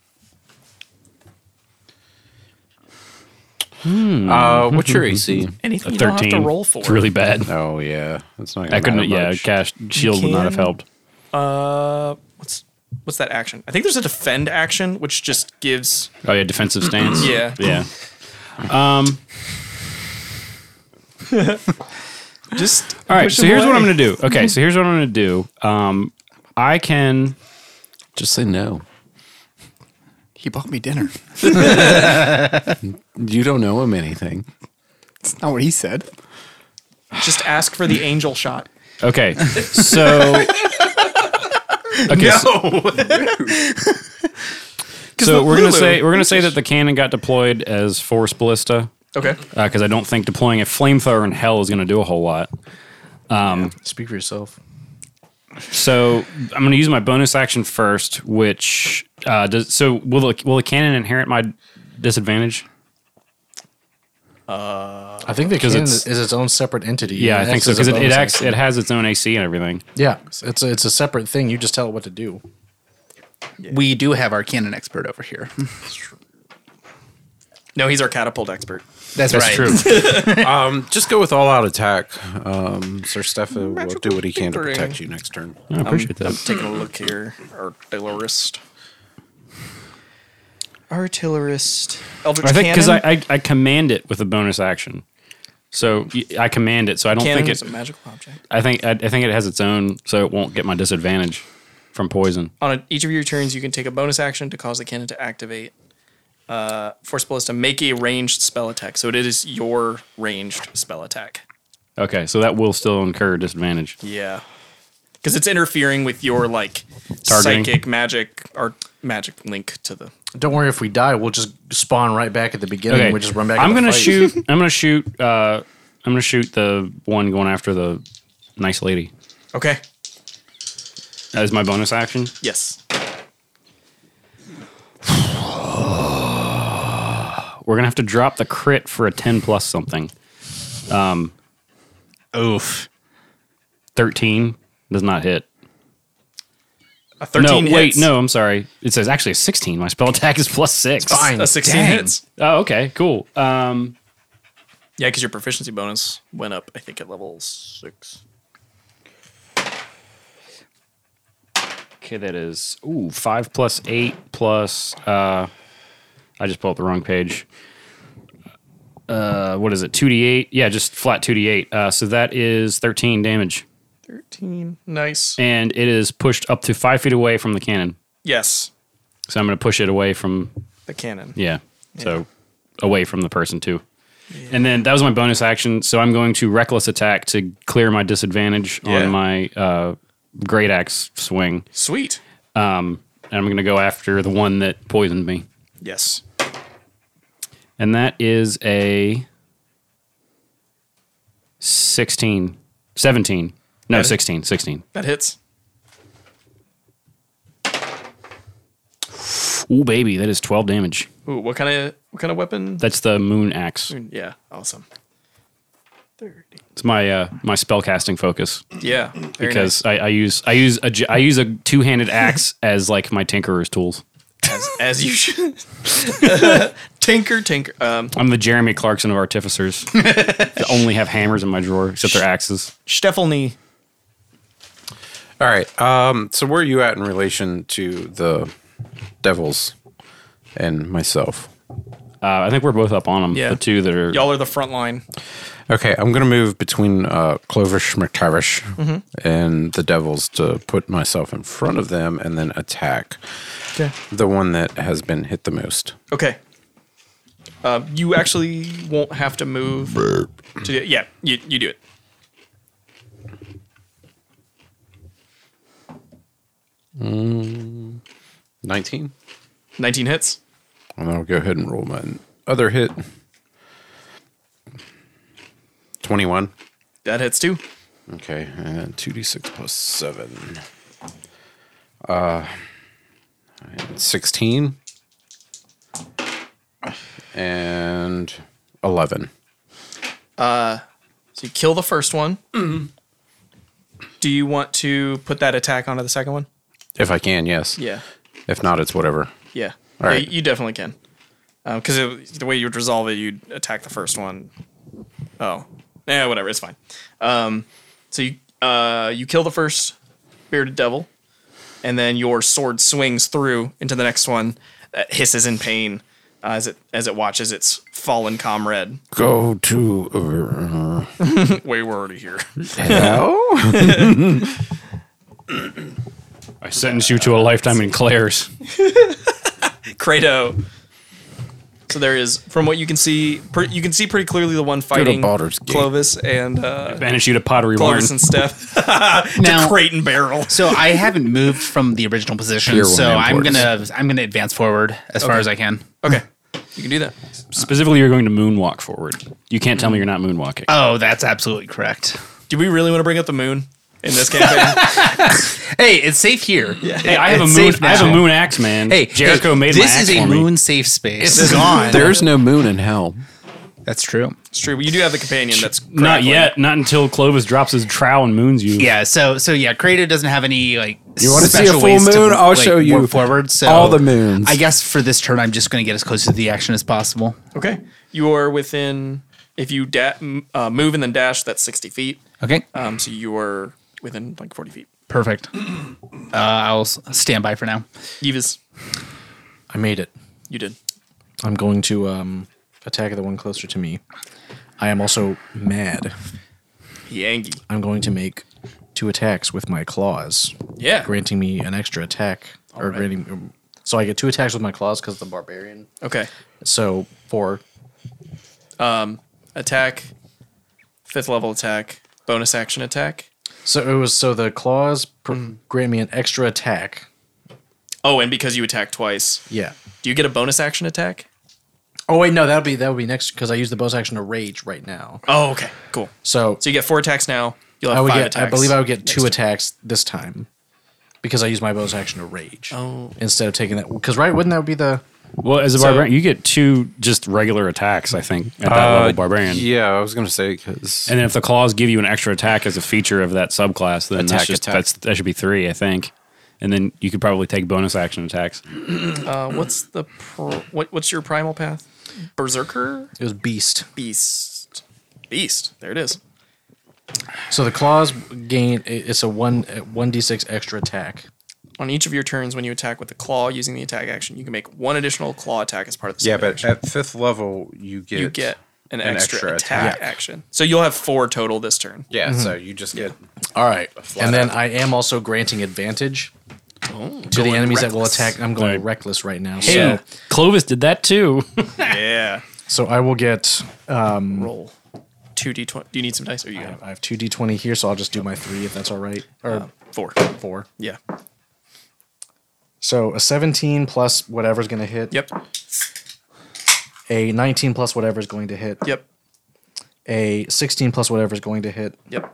C: Uh, what's your AC?
F: Anything you don't have
E: thirteen.
F: to roll for.
E: It's really bad.
C: Oh, yeah. That's not
E: I
C: going to
E: couldn't. Yeah, cash shield would not have
F: can-
E: helped.
F: Uh, what's what's that action? I think there's a defend action, which just gives.
E: Oh yeah, defensive stance.
F: Yeah.
E: Yeah.
F: Just
E: All right.
F: push
E: So
F: him
E: here's what
F: away.
E: I'm gonna do. Okay. So here's what I'm gonna do. Um, I can.
C: Just say no.
G: He bought me dinner.
C: You don't know him anything.
G: That's not what he said.
F: just ask for the angel shot.
E: Okay. So. Okay. So, so we're gonna say we're gonna say that the cannon got deployed as force ballista,
F: Okay.
E: because I don't think deploying a flamethrower in hell is going to do a whole lot.
B: Speak for yourself.
E: So I'm going to use my bonus action first, which uh, does. So will the, will the cannon inherit my disadvantage?
B: I think the
E: 'Cause
B: can
E: it's-
B: is its own separate entity.
E: Yeah, I
B: It
E: think
B: acts
E: so
B: as a
E: because it, it
B: bonus
E: acts.
B: action.
E: It has its own AC and everything.
B: yeah, it's a, it's a separate thing. You just tell it what to do.
D: We do have our canon expert over here.
F: No, he's our catapult expert.
D: That's, right.
C: Um, just go with all out attack. Um, Sir Stefan will do what he can to protect you next turn.
E: I appreciate that.
F: Taking a look here. Artillerist. Artillerist. Eldritch
E: I think because I,
F: cannon.
E: I I command it with a bonus action, so y- I command it. So I don't
F: Cannon
E: think
F: is a
E: it.
F: magical object.
E: I think I, I think it has its own, so it won't get my disadvantage from poison.
F: On a, each of your turns, you can take a bonus action to cause the cannon to activate. Uh, force spell is to make a ranged spell attack, so it is your ranged spell attack.
E: Okay, so that will still incur disadvantage.
F: Yeah, because it's interfering with your like
E: Targeting.
F: psychic magic or magic link to the.
B: Don't worry if we die, we'll just spawn right back at the beginning.
E: Okay,
B: We just run back.
E: I'm
B: in the
E: gonna
B: fight.
E: shoot. I'm gonna shoot. Uh, I'm gonna shoot the one going after the nice lady.
F: Okay.
E: That is my bonus action.
F: Yes.
E: We're gonna have to drop the crit for a ten plus something. Um,
D: Oof.
E: Thirteen does not hit.
F: A thirteen.
E: no, wait,
F: hits.
E: no, I'm sorry. It says actually a 16. My spell attack is plus six.
F: A sixteen
D: Dang.
F: hits.
E: Oh, okay, cool. Um,
F: Yeah, because your proficiency bonus went up. I think at level six.
E: okay, that is ooh five plus eight plus. Uh, I just pulled up the wrong page. Uh, what is it? Two d eight. Yeah, just flat two d eight. Uh, so that is thirteen damage,
F: Thirteen. Nice.
E: and it is pushed up to five feet away from the cannon.
F: Yes.
E: So I'm going to push it away from
F: The cannon.
E: Yeah. So away from the person too. And then that was my bonus action. So I'm going to reckless attack to clear my disadvantage
F: Yeah.
E: on my uh, great axe swing.
F: Sweet.
E: Um, and I'm going to go after the one that poisoned me.
F: Yes.
E: And that is a 16, 17. No, 16, 16.
F: That hits.
E: Ooh, baby, that is 12 damage.
F: Ooh, what kind of what kind of weapon?
E: That's the moon axe.
F: Yeah. Awesome. Thirty.
E: It's my uh, my spell casting focus.
F: Yeah. very
E: because I, I use I use a j- I use a two handed axe as like my tinkerer's tools.
F: nice. as you should. tinker, tinker. Um,
E: I'm the Jeremy Clarkson of artificers. that only have hammers in my drawer except they're axes.
F: Stephanie.
C: All right. Um, so where are you at in relation to the devils and myself?
E: Uh, I think we're both up on them.
F: Yeah.
E: The two that are
F: Y'all are the front line.
C: Okay, I'm gonna move between uh, Clovish McTavish and the devils to put myself in front of them and then attack
F: Okay.
C: the one that has been hit the most.
F: Okay. Uh, you actually won't have to move. To do, yeah, you, you do it.
C: Nineteen.
F: 19 hits.
C: And I'll go ahead and roll my other hit. Twenty-one.
F: That hits too.
C: Okay, and two d six plus seven. Uh, and sixteen and eleven.
F: So you kill the first one. Do you want to put that attack onto the second one?
C: If I can, yes.
F: Yeah.
C: If not, it's whatever.
F: Yeah.
C: All right.
F: Yeah, you definitely can. Because the way you would resolve it, you'd attack the first one. Oh. Yeah, whatever. It's fine. Um, so you, uh, you kill the first bearded devil, and then your sword swings through into the next one that hisses in pain uh, as, it, as it watches its fallen comrade.
C: Go to
F: Way we're already here.
C: hell.
E: I sentence you to a lifetime in Claire's.
F: Kratos. So there is, from what you can see, pre- you can see pretty clearly the one fighting
C: Baldur's Gate.
F: Clovis and uh,
E: Banish you to Pottery Barn.
F: Clovis and Steph.
D: Now,
F: Crate and barrel.
D: so I haven't moved from the original position,
C: Tier one
D: so I'm
C: imports.
D: gonna I'm gonna advance forward as far as I can.
F: Okay. You can do that.
E: Specifically, you're going to moonwalk forward. You can't tell me you're not moonwalking.
D: Oh, that's absolutely correct.
F: Do we really want to bring up the moon in this campaign?
D: Hey, it's safe here.
E: hey, I have a
D: it's
E: moon.
D: safe
E: I have a
D: now.
E: moon axe, man.
D: Hey,
E: Jericho
D: hey,
E: made
D: this
E: my axe
D: is a
E: for me.
D: moon safe space.
B: It's gone.
C: There's no moon in hell.
D: That's true.
F: it's true. You do have the companion. That's
E: Not
F: crackling.
E: yet. Not until Clovis drops his trowel and moons you.
D: Yeah. So so yeah, Kratos doesn't have any like. You
C: wanna see a full moon? I'll show you
D: forward. So
C: all the moons.
D: I guess for this turn, I'm just going to get as close to the action as possible.
F: Okay. You are within. If you da- m- uh, move and then dash, that's sixty feet.
D: Okay.
F: Um, so you are within like forty feet.
D: Perfect. Uh, I'll s- stand by for now.
F: Yves,
B: I made it.
F: you did.
B: I'm going to um, attack the one closer to me. I am also mad.
F: Yangi.
B: I'm going to make two attacks with my claws,
F: Yeah.
B: granting me an extra attack. or
F: right.
B: granting, um, so I get two attacks with my claws because the barbarian.
F: Okay.
B: So four.
F: Attack. Fifth level attack. Bonus action attack.
B: So it was so the claws pr- grant me an extra attack.
F: Oh, and because you attack twice,
B: Yeah.
F: do you get a bonus action attack?
B: Oh wait, no, that'll be that would be next because I use the bonus action to rage right now.
F: Oh, okay. Cool.
B: So,
F: So you get four attacks now. You'll have
B: I would
F: five
B: get.
F: attacks.
B: I believe I would get two
F: next
B: attacks this time because I use my bonus action to rage
F: Oh.
B: instead of taking that. Because right, wouldn't that be the
E: Well, as a barbarian, you get two just regular attacks. I think at that
D: Uh,
E: level, barbarian.
C: Yeah, I was gonna say because
E: And then if the claws give you an extra attack as a feature of that subclass, then that's
C: Attack,
E: just
C: attack.
E: that's that should be three, I think. And then you could probably take bonus action attacks.
F: Uh, what's the pro- what? What's your primal path? Berserker
B: it was beast?
F: beast. Beast. There it is.
B: So the claws gain. it- It's a one one d six extra attack.
F: On each of your turns, when you attack with the claw using the attack action, you can make one additional claw attack as part of the.
A: Yeah,
F: second
A: but
F: action.
A: at fifth level, you get
F: you get an,
A: an
F: extra,
A: extra
F: attack, action. So you'll have four total this turn.
A: yeah.
C: Mm-hmm.
A: So you just get
B: All right, and then I am also granting advantage
F: Oh,
B: to the enemies that will attack. I'm going
E: Right.
B: reckless right now. So
E: Hey, Clovis did that too.
F: Yeah.
B: so I will get.
F: Roll. Two d twenty. Do you need some dice? Or you
B: I
F: got
B: have- I have two d twenty here, so I'll just do my three if that's all right. Or
F: Uh. four?
B: four.
F: Yeah.
B: So a 17 plus whatever's going to hit.
F: Yep.
B: A 19 plus whatever's going to hit.
F: Yep.
B: A 16 plus whatever's going to hit.
F: Yep.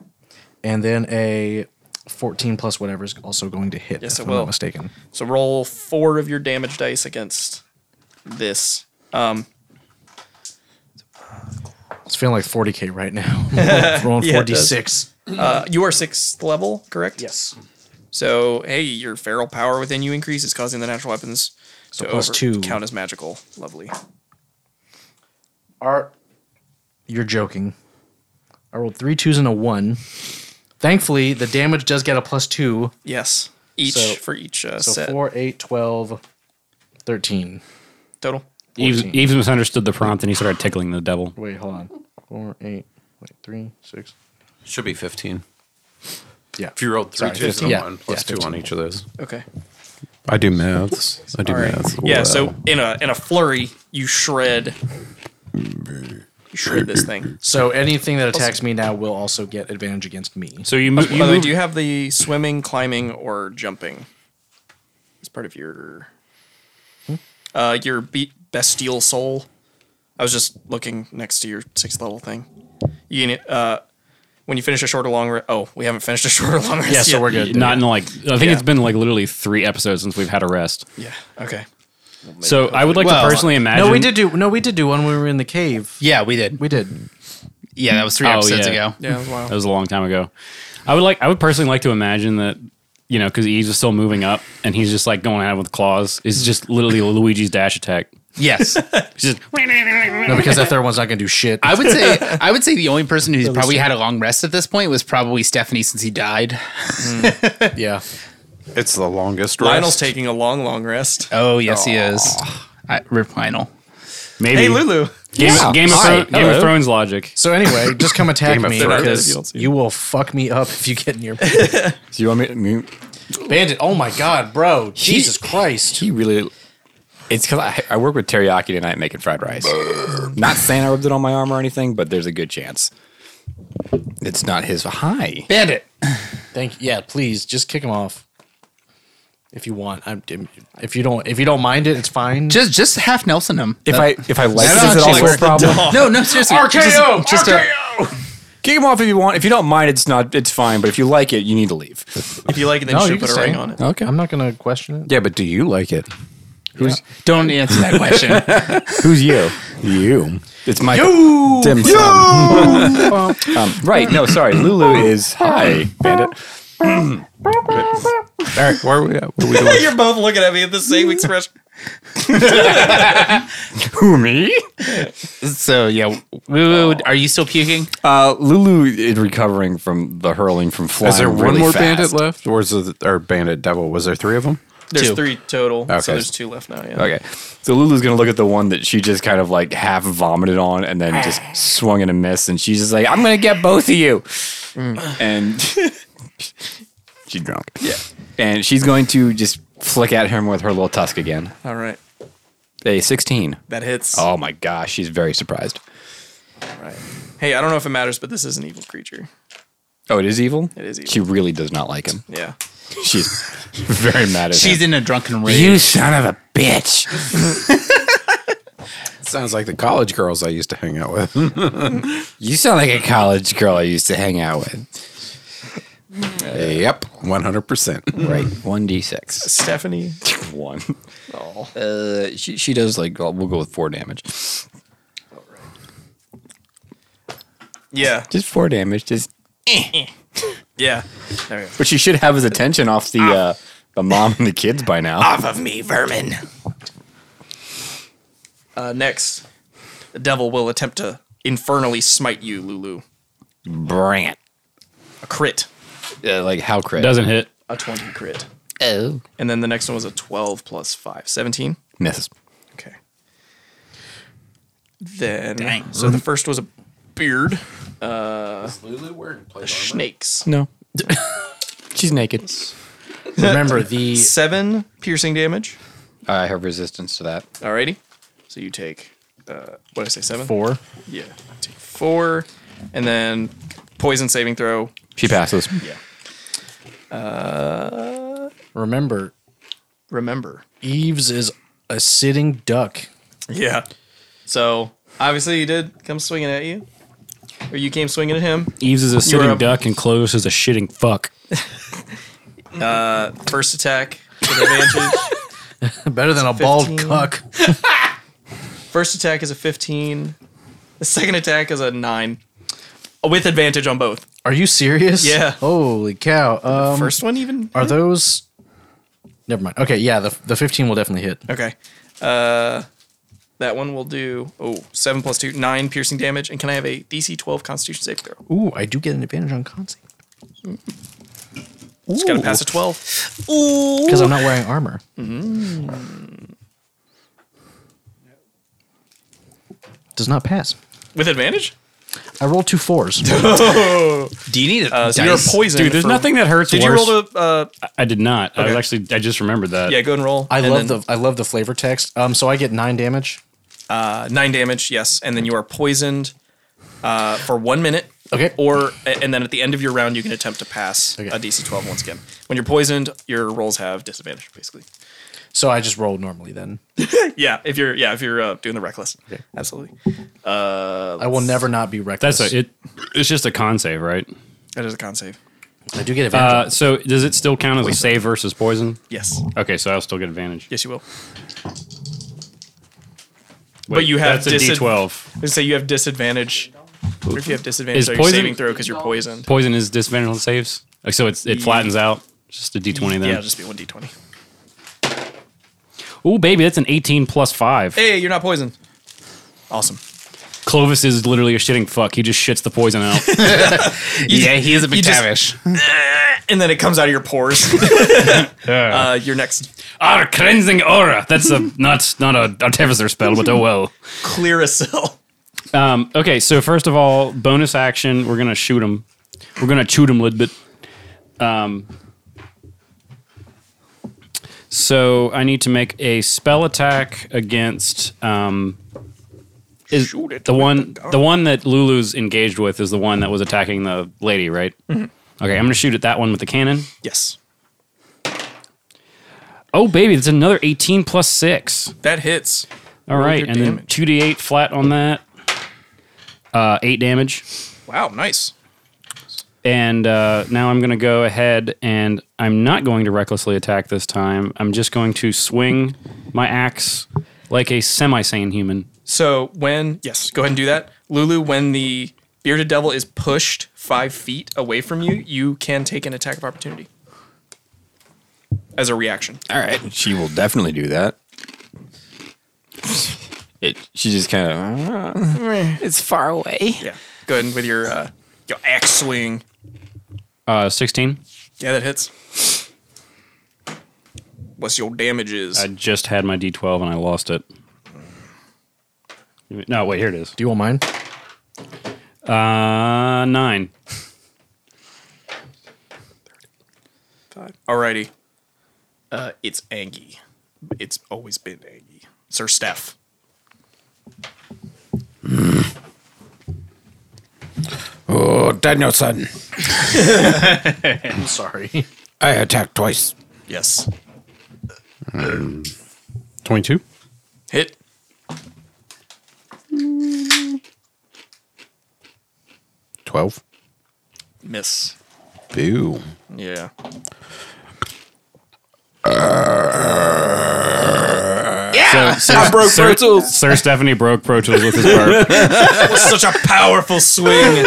B: And then a 14 plus whatever's also going to hit.
F: Yes,
B: if
F: it
B: I'm
F: will.
B: not mistaken.
F: So roll four of your damage dice against this. Um,
B: It's feeling like 40k right now. Rolling
F: Yeah, it does.
B: 4d6.
F: uh, you are sixth level, correct?
B: Yes.
F: So hey, your feral power within you increases, causing the natural weapons to
B: plus
F: over-
B: two.
F: count as magical. Lovely.
B: Are you're joking? I rolled three twos and a one. Thankfully, the damage does get a plus two.
F: Yes, each
B: So-
F: for each uh,
B: So
F: set
B: four, eight, 12, 13.
F: total.
E: Eves, Eves misunderstood the prompt and he started tickling the devil.
B: Wait, hold on. Four, eight, wait, three, six.
C: should be fifteen.
B: Yeah.
C: If you rolled three
B: Sorry,
C: twos
B: 15.
C: and a
B: Yeah,
C: one, plus
B: yeah,
C: two on each of those.
F: Okay.
C: I do maths. I do
F: All right.
C: maths.
F: Yeah. So in a in a flurry, you shred. You shred this thing.
B: So anything that attacks me now will also get advantage against me.
E: So you, mo- you
F: By the way,
E: move-
F: do you have the swimming, climbing, or jumping as part of your uh your be- bestial soul? I was just looking next to your sixth level thing. You can, uh, when you finish a short or long rest. Oh, we haven't finished a short or long rest.
B: yeah, so
F: yet.
B: we're good.
E: not in like I think
F: Yeah.
E: it's been like literally three episodes since we've had a rest.
F: Yeah. Okay.
E: So I would like
D: Well,
E: to personally imagine.
B: No, we did do no, we did do one when we were in the cave.
D: Yeah, we did.
B: We did.
D: Yeah, that was three
E: Oh,
D: episodes
E: yeah.
D: ago.
F: Yeah. Wow.
E: That was a long time ago. I would like. I would personally like to imagine that you know because Eves is still moving up and he's just like going out with claws. It's just literally Luigi's dash attack.
D: Yes,
E: It's just
B: No, because that third one's not gonna do shit.
D: I would say I would say the only person who's probably had a long rest at this point was probably Stephanie since he died.
B: yeah.
C: It's the longest.
F: Lionel's
C: rest.
F: taking a long, long rest.
D: Oh yes, he is. I, Rip Lionel.
E: maybe
F: Hey, Lulu.
E: Game, Game of, Thro- Game of Thrones logic.
B: So anyway, just come attack me
F: Thrones. You don't
B: because
F: see
B: you will fuck me up if you get near me.
G: Do you want me? To mute?
B: Bandit. Oh my god, bro. Jesus Christ.
G: He really. It's because I, I work with teriyaki tonight making fried rice. not saying I rubbed it on my arm or anything, but there's a good chance. It's not his high.
D: Bandit.
B: Thank yeah, please just kick him off. if you want. I'm, if you don't, if you don't mind it, it's fine.
D: Just just half Nelson him.
C: If I if I like
D: That
C: this, is it
D: actually
C: also a
D: worked.
C: problem?
D: no no seriously
C: RKO,
D: just, just a-
C: Kick him off if you want. If you don't mind, it's not. It's fine. But if you like it, you need to leave.
F: If you like it, then you should put a ring on it.
C: Okay.
B: I'm not gonna question it.
C: Yeah, but do you like it?
D: uh, don't answer that question.
C: Who's you? You. It's my dim sum. um, right. No, sorry. Lulu is hi, Bandit. All right. Where are we? At? What are we doing?
F: You're both looking at me at the same expression.
C: Who me?
D: so yeah, woo, woo, are you still puking?
G: Uh, Lulu is recovering from the hurling from flying.
C: Is there one
G: really
C: more
G: fast.
C: bandit left, or is it or bandit devil? Was there three of them?
F: There's
D: Two.
F: three total,
C: Okay.
F: so there's two left now. Yeah.
G: Okay, so Lulu's gonna look at the one that she just kind of like half vomited on, and then just swung and a miss, and she's just like, "I'm gonna get both of you," and she's drunk. Yeah, and she's going to just flick at him with her little tusk again.
F: All right,
G: A 16.
F: that hits.
G: Oh my gosh, she's very surprised.
F: All right. Hey, I don't know if it matters, but this is an evil creature.
G: Oh, it is evil.
F: It is evil.
G: She really does not like him.
F: Yeah.
G: She's very mad at him.
D: She's in a drunken rage.
G: son of a bitch.
C: Sounds like the college girls I used to hang out with.
G: You sound like a college girl I used to hang out with.
C: yep, one hundred percent.
G: Right. 1d6.
F: Stephanie.
G: One.
F: Oh.
G: Uh, she, she does like, oh, we'll go with four damage.
F: Yeah.
G: Just four damage. Just.
F: Yeah. There we go.
G: But she should have his attention off the uh, the mom and the kids by now.
F: Off of me, vermin. Uh, next, the devil will attempt to infernally smite you, Lulu.
G: Brant.
F: A crit,
G: Uh, like, how crit?
E: Doesn't hit.
F: a 20 crit.
G: Oh.
F: And then the next one was a 12 plus 5, 17.
G: Miss.
F: Okay. Then, so the first was a beard. Uh, the snakes.
G: No. She's naked.
B: Remember the
F: Seven piercing damage.
G: I have resistance to that.
F: Alrighty. So you take, uh, what did I say, seven?
B: four.
F: Yeah. Take four. And then poison saving throw.
G: She passes.
B: Remember,
F: Remember.
B: Eves is a sitting duck.
F: Yeah. So obviously he did come swinging at you, or you came swinging at him.
E: Eves is a sitting
F: up.
E: duck and Clovis is a shitting fuck.
F: First attack with advantage.
B: Better than a bald
F: 15.
B: cuck.
F: First attack is a fifteen. The second attack is a nine, with advantage on both.
B: Are you serious?
F: Yeah.
B: Holy cow. Um,
F: First one even.
B: are those? Never mind. Okay, yeah, the the fifteen will definitely hit.
F: Okay. Uh, that one will do oh seven plus two nine piercing damage, and can I have a DC twelve Constitution save throw?
B: Ooh, I do get an advantage on con save
F: It's got to pass a twelve.
B: because I'm not wearing armor. Hmm. Does not pass.
F: With advantage?
B: I rolled two fours.
D: Do you need a
F: Uh, so you're poisoned.
E: Dude, there's
F: for-
E: nothing that hurts
F: Did you
E: worse.
F: roll the? Uh,
E: I did not. I was actually. I just remembered that.
F: yeah, go and roll.
B: I
F: and
B: love
F: then-
B: the I love the flavor text. Um, so I get nine damage.
F: uh, nine damage, yes, and then you are poisoned uh, for one minute.
B: Okay.
F: Or and then at the end of your round, you can attempt to pass
B: Okay.
F: a DC twelve once again. When you're poisoned, your rolls have disadvantage, basically.
B: So I just roll normally then.
F: Yeah, if you're yeah if you're uh, doing the reckless, absolutely.
B: I will never not be reckless.
E: That's a, it. It's just a con save, right?
F: That is a con save.
B: I do get advantage.
E: Uh, so does it still count as a save versus poison?
F: Yes,
E: Okay, so I'll still get advantage.
F: yes, you will.
E: Wait,
F: but you have
E: that's a
F: disad-
E: D12.
F: Let's say you have disadvantage. What if you have disadvantage
E: Is
F: on your
E: poison-
F: saving throw because you're poisoned?
E: Poison is disadvantage on saves. Like so, it's it flattens out. It's Just a D20
F: Yeah,
E: then.
F: it'll just be one d twenty.
E: Ooh, baby, that's an 18 plus five.
F: Hey, you're not poisoned. Awesome.
E: Clovis is literally a shitting fuck. He just shits the poison out.
D: yeah, he is a
F: just-
D: McTavish.
F: And then it comes out of your pores. uh, you're next.
E: Our cleansing aura. That's a not not a artificer spell, but oh well.
F: Clear a cell.
E: Um, okay, so first of all, bonus action. We're gonna shoot him. We're gonna shoot him a little bit. Um, so I need to make a spell attack against. Um, is the one the one that Lulu's engaged with is the one that was attacking the lady, right? Okay, I'm gonna shoot at that one with the cannon.
F: Yes.
E: Oh baby, that's another 18 plus six.
F: That hits.
E: All right, and then two d eight flat on that. Uh, eight damage,
F: Wow, nice.
E: and uh, now I'm going to go ahead and I'm not going to recklessly attack this time. I'm just going to swing my axe like a semi-sane human.
F: So when yes, go ahead and do that, Lulu. When the bearded devil is pushed five feet away from you, you can take an attack of opportunity as a reaction.
G: All right. She will definitely do that. It, she just kind of.
J: It's far away.
F: Yeah, go ahead and with your uh, your axe swing.
E: Uh, 16.
F: Yeah, that hits. What's your damages?
E: I just had my d12 and I lost it. No, wait, here it is.
B: Do you want mine?
E: Uh, nine.
F: Alrighty. Uh, it's Angie. It's always been Angie. It's her staff.
C: Oh, Danielson,
B: I'm sorry.
C: I attacked twice.
F: Yes.
A: 22?
F: Hit.
C: Twelve.
F: Miss.
C: Boo.
F: Yeah.
E: So, I broke Sir, Pro Tools. Sir Stephanie broke Pro Tools with his burp.
F: Such a powerful swing.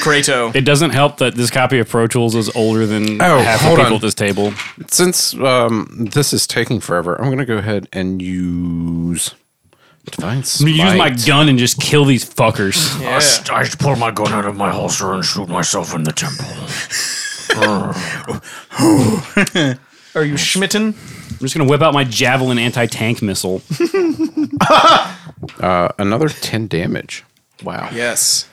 F: Kratos.
E: It doesn't help that this copy of Pro Tools is older than
C: Oh,
E: half the
C: hold
E: people
C: on.
E: at this table.
C: Since um, this is taking forever, I'm going to go ahead and use divine
E: I'm gonna use my
C: Smite.
E: gun and just kill these fuckers.
F: Yeah.
K: I just pull my gun out of my holster and shoot myself in the temple.
F: Are you schmitten?
E: I'm just gonna whip out my javelin anti-tank missile.
C: another ten damage. Wow.
F: Yes.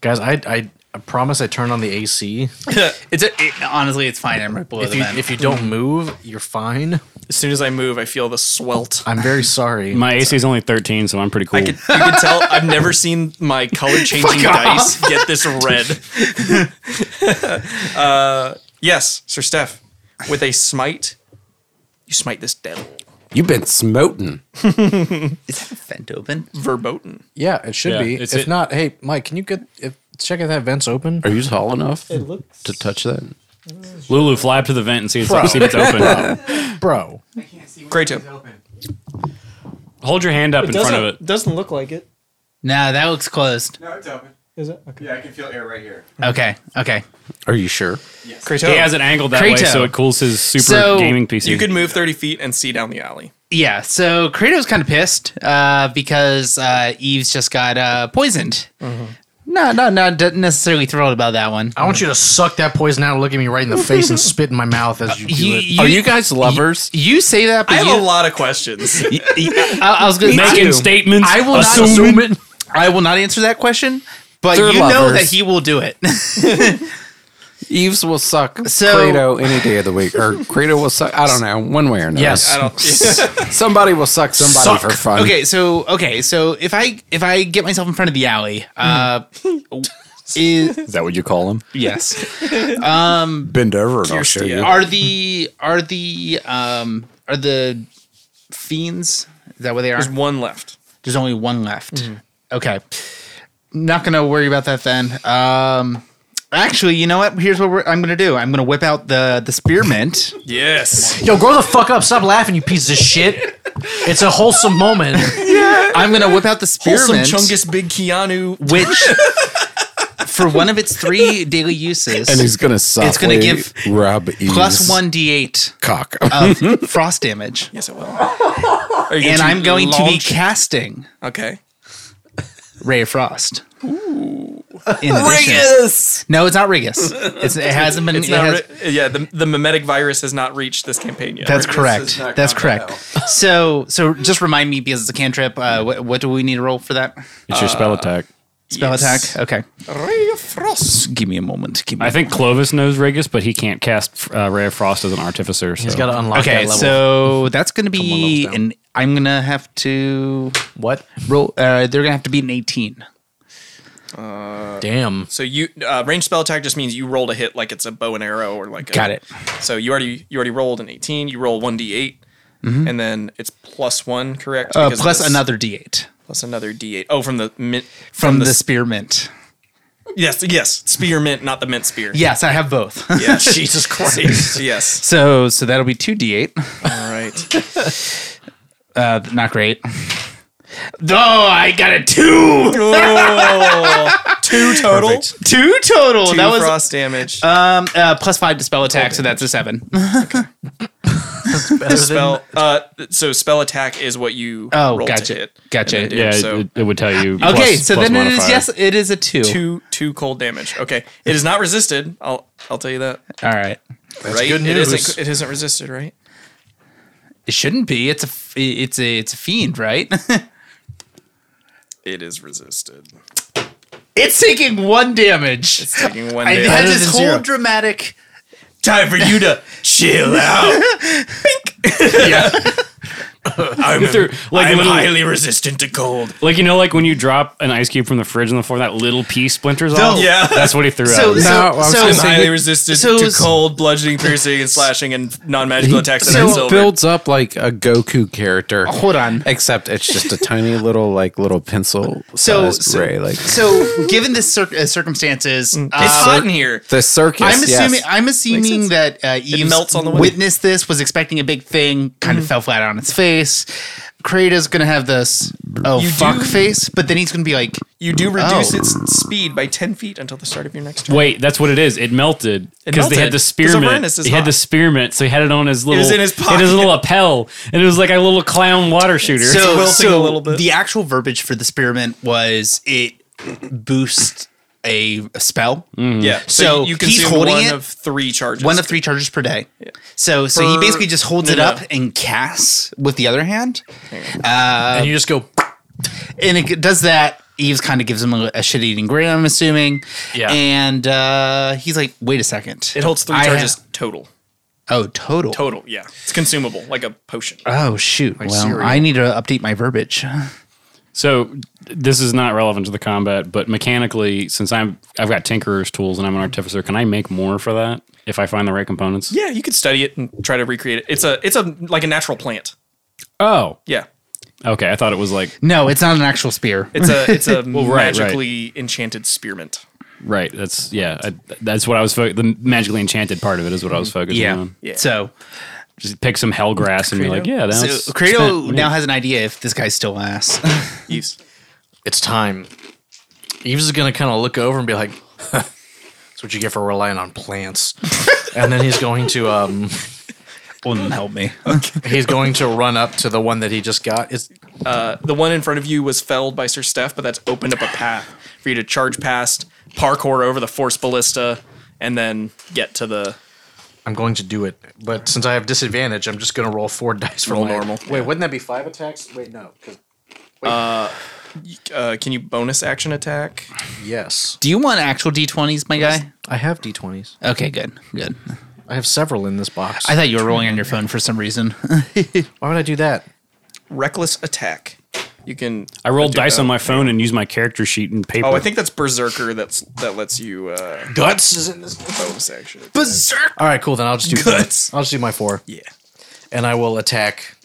B: Guys, I, I, I promise I turned on the AC.
D: It's a, it, honestly, it's fine. I'm right below
B: If
D: the
B: you,
D: vent.
B: if you don't move, you're fine.
F: As soon as I move, I feel the swelt.
B: I'm very sorry.
E: My AC is only 13, so I'm pretty cool.
F: I could, you can tell I've never seen my color changing dice get this red. uh, yes, Sir Steph, with a smite, you smite this devil
C: You've been smoten.
D: Is that vent open?
F: verboten.
B: yeah, it should
E: Yeah,
B: be.
E: it's
B: If
E: it-
B: not, hey, Mike, can you get if check if that vent's open?
C: Are you tall enough to touch that?
E: Lulu, fly up to the vent and see if it's, see if it's open.
B: Bro.
F: Kratos,
E: Hold your hand up in front of it.
K: Doesn't look like it.
D: No, that looks closed.
K: No, it's open.
F: Is it?
K: Okay. Yeah, I can feel air right here.
D: Okay, okay.
C: Are you sure?
F: Kratos,
E: He has it angled that way
D: Kratos.
E: so it cools his super
D: So,
E: gaming PC.
F: you could move 30 feet and see down the alley.
D: Yeah, so Kratos kind of pissed uh, because uh, Eve's just got uh, poisoned.
F: Mm-hmm.
D: No, no, no, not necessarily thrilled about that one.
B: I want you to suck that poison out, look at me right in the face, and spit in my mouth as you do
D: You-
B: it.
D: you-
C: Are you guys lovers?
D: You say that, but
F: I have
D: you,
F: a lot of questions.
D: I, I was going to
E: Making statements.
D: I will
E: assume-
D: not I will not answer that question, but
C: They're
D: you know
C: lovers.
D: that he will do it.
C: Eves will suck
D: So-
C: Credo any day of the week, or Credo will suck. I don't know, one way or another. Uh,
B: Yes.
F: I don't.
C: somebody will suck somebody
B: Suck.
C: for fun.
D: okay, so okay, so if I if I get myself in front of the alley, uh, is
G: Is that what you call him?
D: yes.
C: bend over and I'll show you.
D: are the are the um are the fiends is that what they are
F: There's Mm-hmm.
D: there's,
F: one left.
D: only one left okay not gonna worry about that then um actually you know what here's what we're, i'm gonna do i'm gonna whip out the the spearmint
F: Yes.
B: Yo, grow the fuck up. Stop laughing, you piece of shit. It's a wholesome moment.
D: i'm gonna whip out the
F: Wholesome
D: spearmint
F: Chungus Big Keanu.
D: which for one of its three daily uses
C: and he's gonna suck.
D: It's gonna give
C: rub Eves
D: plus one d8
C: cock.
D: of frost damage
F: Yes, it will. Are you going
D: and
F: to
D: i'm going to be
F: launch-
D: casting
F: Okay.
D: Ray of Frost. In addition- No, it's not Rigus. It's, it hasn't been.
F: It's
D: it
F: not
D: has-
F: ri- yeah, the, the mimetic virus has not reached this campaign yet.
D: that's
F: Right?
D: correct. That's correct. So, so just remind me because it's a cantrip. Uh, what, what do we need to roll for that
E: It's your spell attack.
D: spell
F: Yes.
D: attack? Okay,
F: Ray of Frost.
D: Just give me a moment. Give me
E: I
D: a
E: think Clovis knows Regus, but he can't cast uh, Ray of Frost as an artificer. So.
B: He's got to unlock
D: Okay,
B: that level.
D: so that's gonna be
B: levels down.
D: an. I'm gonna have to
B: what?
D: roll. Uh, they're gonna have to be an 18.
F: Uh,
I: Damn.
F: So you uh, range spell attack just means you roll to hit like it's a bow and arrow or like. A,
I: Got it.
F: So you already you already rolled an eighteen. You roll one d 8 and then it's plus one, correct?
D: Mm-hmm. Uh,
F: Because
D: plus
F: this-
D: another D8
F: Plus another d eight. Oh, from the mint.
D: from, the, spearmint.
F: Yes, yes, spearmint, not the mint spear.
D: Yes, I have both.
F: Yeah. Jesus Christ. yes.
D: So so that'll be two D8.
F: All right.
D: Uh, not great. No, I got a two.
F: Oh. two total.
D: Two total.
F: Two
D: that was
F: frost damage.
D: um uh, plus five to spell attack, so that's a seven.
F: spell. Uh, so spell attack is what you.
D: Oh,
F: roll
D: gotcha.
F: To hit.
D: Gotcha.
F: And then do,
E: Yeah,
F: so
E: it, it would tell you.
D: Okay,
E: plus-
D: so
E: plus
D: then it is
E: modifier.
D: yes, it is a two.
F: two two cold damage. Okay, it is not resisted. I'll I'll tell you that.
D: All right.
F: right?
B: good
F: It
B: news.
F: isn't. It isn't resisted, right?
D: It shouldn't be. It's a f- it's a it's a fiend, right?
F: It is resisted.
D: it's taking one damage.
F: It's taking one
D: I had
F: damage.
D: this whole dramatic.
F: Time for you to chill out.
I: I'm, like little-
K: resistant to cold.
E: Like you know, like when you drop an ice cube from the fridge on the floor, that little piece splinters off.
F: Yeah.
E: that's what he threw
D: So,
E: out.
D: so,
C: No, I was
D: so,
C: gonna
F: I'm highly resistant
D: so-
F: to cold, bludgeoning, piercing, and slashing, and non-magical attacks.
C: It
F: and silver.
C: builds up like a Goku character.
D: hold on.
C: Except it's just a tiny little like little pencil
D: So-
C: sized
D: so-
C: ray. Like
D: so given the cir- uh, circumstances,
F: It's
D: uh,
F: hot in here.
C: the circus.
D: I'm assuming
C: yes.
D: I'm assuming that uh, Eve
F: melts on the way.
D: witnessed this, was expecting a big thing, kind
C: Mm.
D: of fell flat on its face. Kratos gonna have this oh
F: You
D: fuck
F: do-
D: face, but then he's gonna be like,
F: You do reduce
D: Oh.
F: its speed by ten feet until the start of your next turn.
E: Wait, that's what it is. It melted
F: It
E: because they
F: melted.
E: had the
F: 'Cause
E: spearmint.
F: Avernus is
E: He had the
F: hot.
E: spearmint, so he had it on his little.
F: was in his
E: he had
F: pocket.
E: little lapel, and it was like a little clown water shooter.
D: so,
F: wilting
D: so
F: a little bit.
D: the actual verbiage for the spearmint was it boosts a, a spell,
F: Mm. Yeah.
D: So
F: you
D: he's
F: consume
D: holding
F: one
D: it-
F: of three charges.
D: one of three charges per day. So so he
F: Per-
D: basically just holds
F: no,
D: it
F: no.
D: up and casts with the other hand.
B: and you just go.
D: and it does that. Eves kind of gives him a, a shit eating grin, I'm assuming.
I: Yeah.
D: And uh, he's like, wait a second.
F: It holds three
D: I
F: charges
D: have-
F: total.
D: oh, total.
F: Total. Yeah. It's consumable, like a potion.
D: Oh, shoot. well,
F: cereal.
D: I need to update my verbiage.
E: So this is not relevant to the combat, but mechanically, since I'm I've got tinkerer's tools and I'm an artificer, can I make more for that if I find the right components?
F: Yeah, you could study it and try to recreate it. It's a it's a like a natural plant.
E: Oh,
F: Yeah.
E: okay. I thought it was like
D: No, it's not an actual spear.
F: It's a it's a
E: right, right.
F: magically enchanted spearmint.
E: right. That's yeah. I, that's what I was fo- the magically enchanted part of it is what I was focusing
D: yeah.
E: on.
D: So,
E: Just pick some hell grass and be like, yeah,
D: so
E: that's
D: Credo now has an idea if this guy's still ass.
F: Use.
I: It's time.
B: Eves is gonna kind of look over and be like, "That's what you get for relying on plants." and then he's going to um
D: Wouldn't help me.
B: he's going to run up to the one that he just got. It's
F: Uh, the one in front of you was felled by Sir Steph, but that's opened up a path for you to charge past, parkour over the force ballista, and then get to the
B: I'm going to do it, but since I have disadvantage, I'm just going to roll four dice for
F: Roll
B: my-
F: normal.
B: Wait, wouldn't that be five attacks? Wait, no, because
F: uh, can you bonus action attack?
B: yes,
D: Do you want actual D20s, my guy?
B: I have d20s.
D: Okay, good. Good.
B: I have several in this box.
D: I thought you were rolling on your phone for some reason.
B: Why would I do that?
F: Reckless attack. You can
E: I rolled
F: do
E: dice
F: that.
E: on my phone and used my character sheet and paper.
F: Oh, I think that's Berserker that's that lets you uh
B: Guts is in this.
F: bonus action.
B: All right, cool. Then I'll just do
F: Guts.
B: I'll just do my four.
F: Yeah.
B: and I will attack.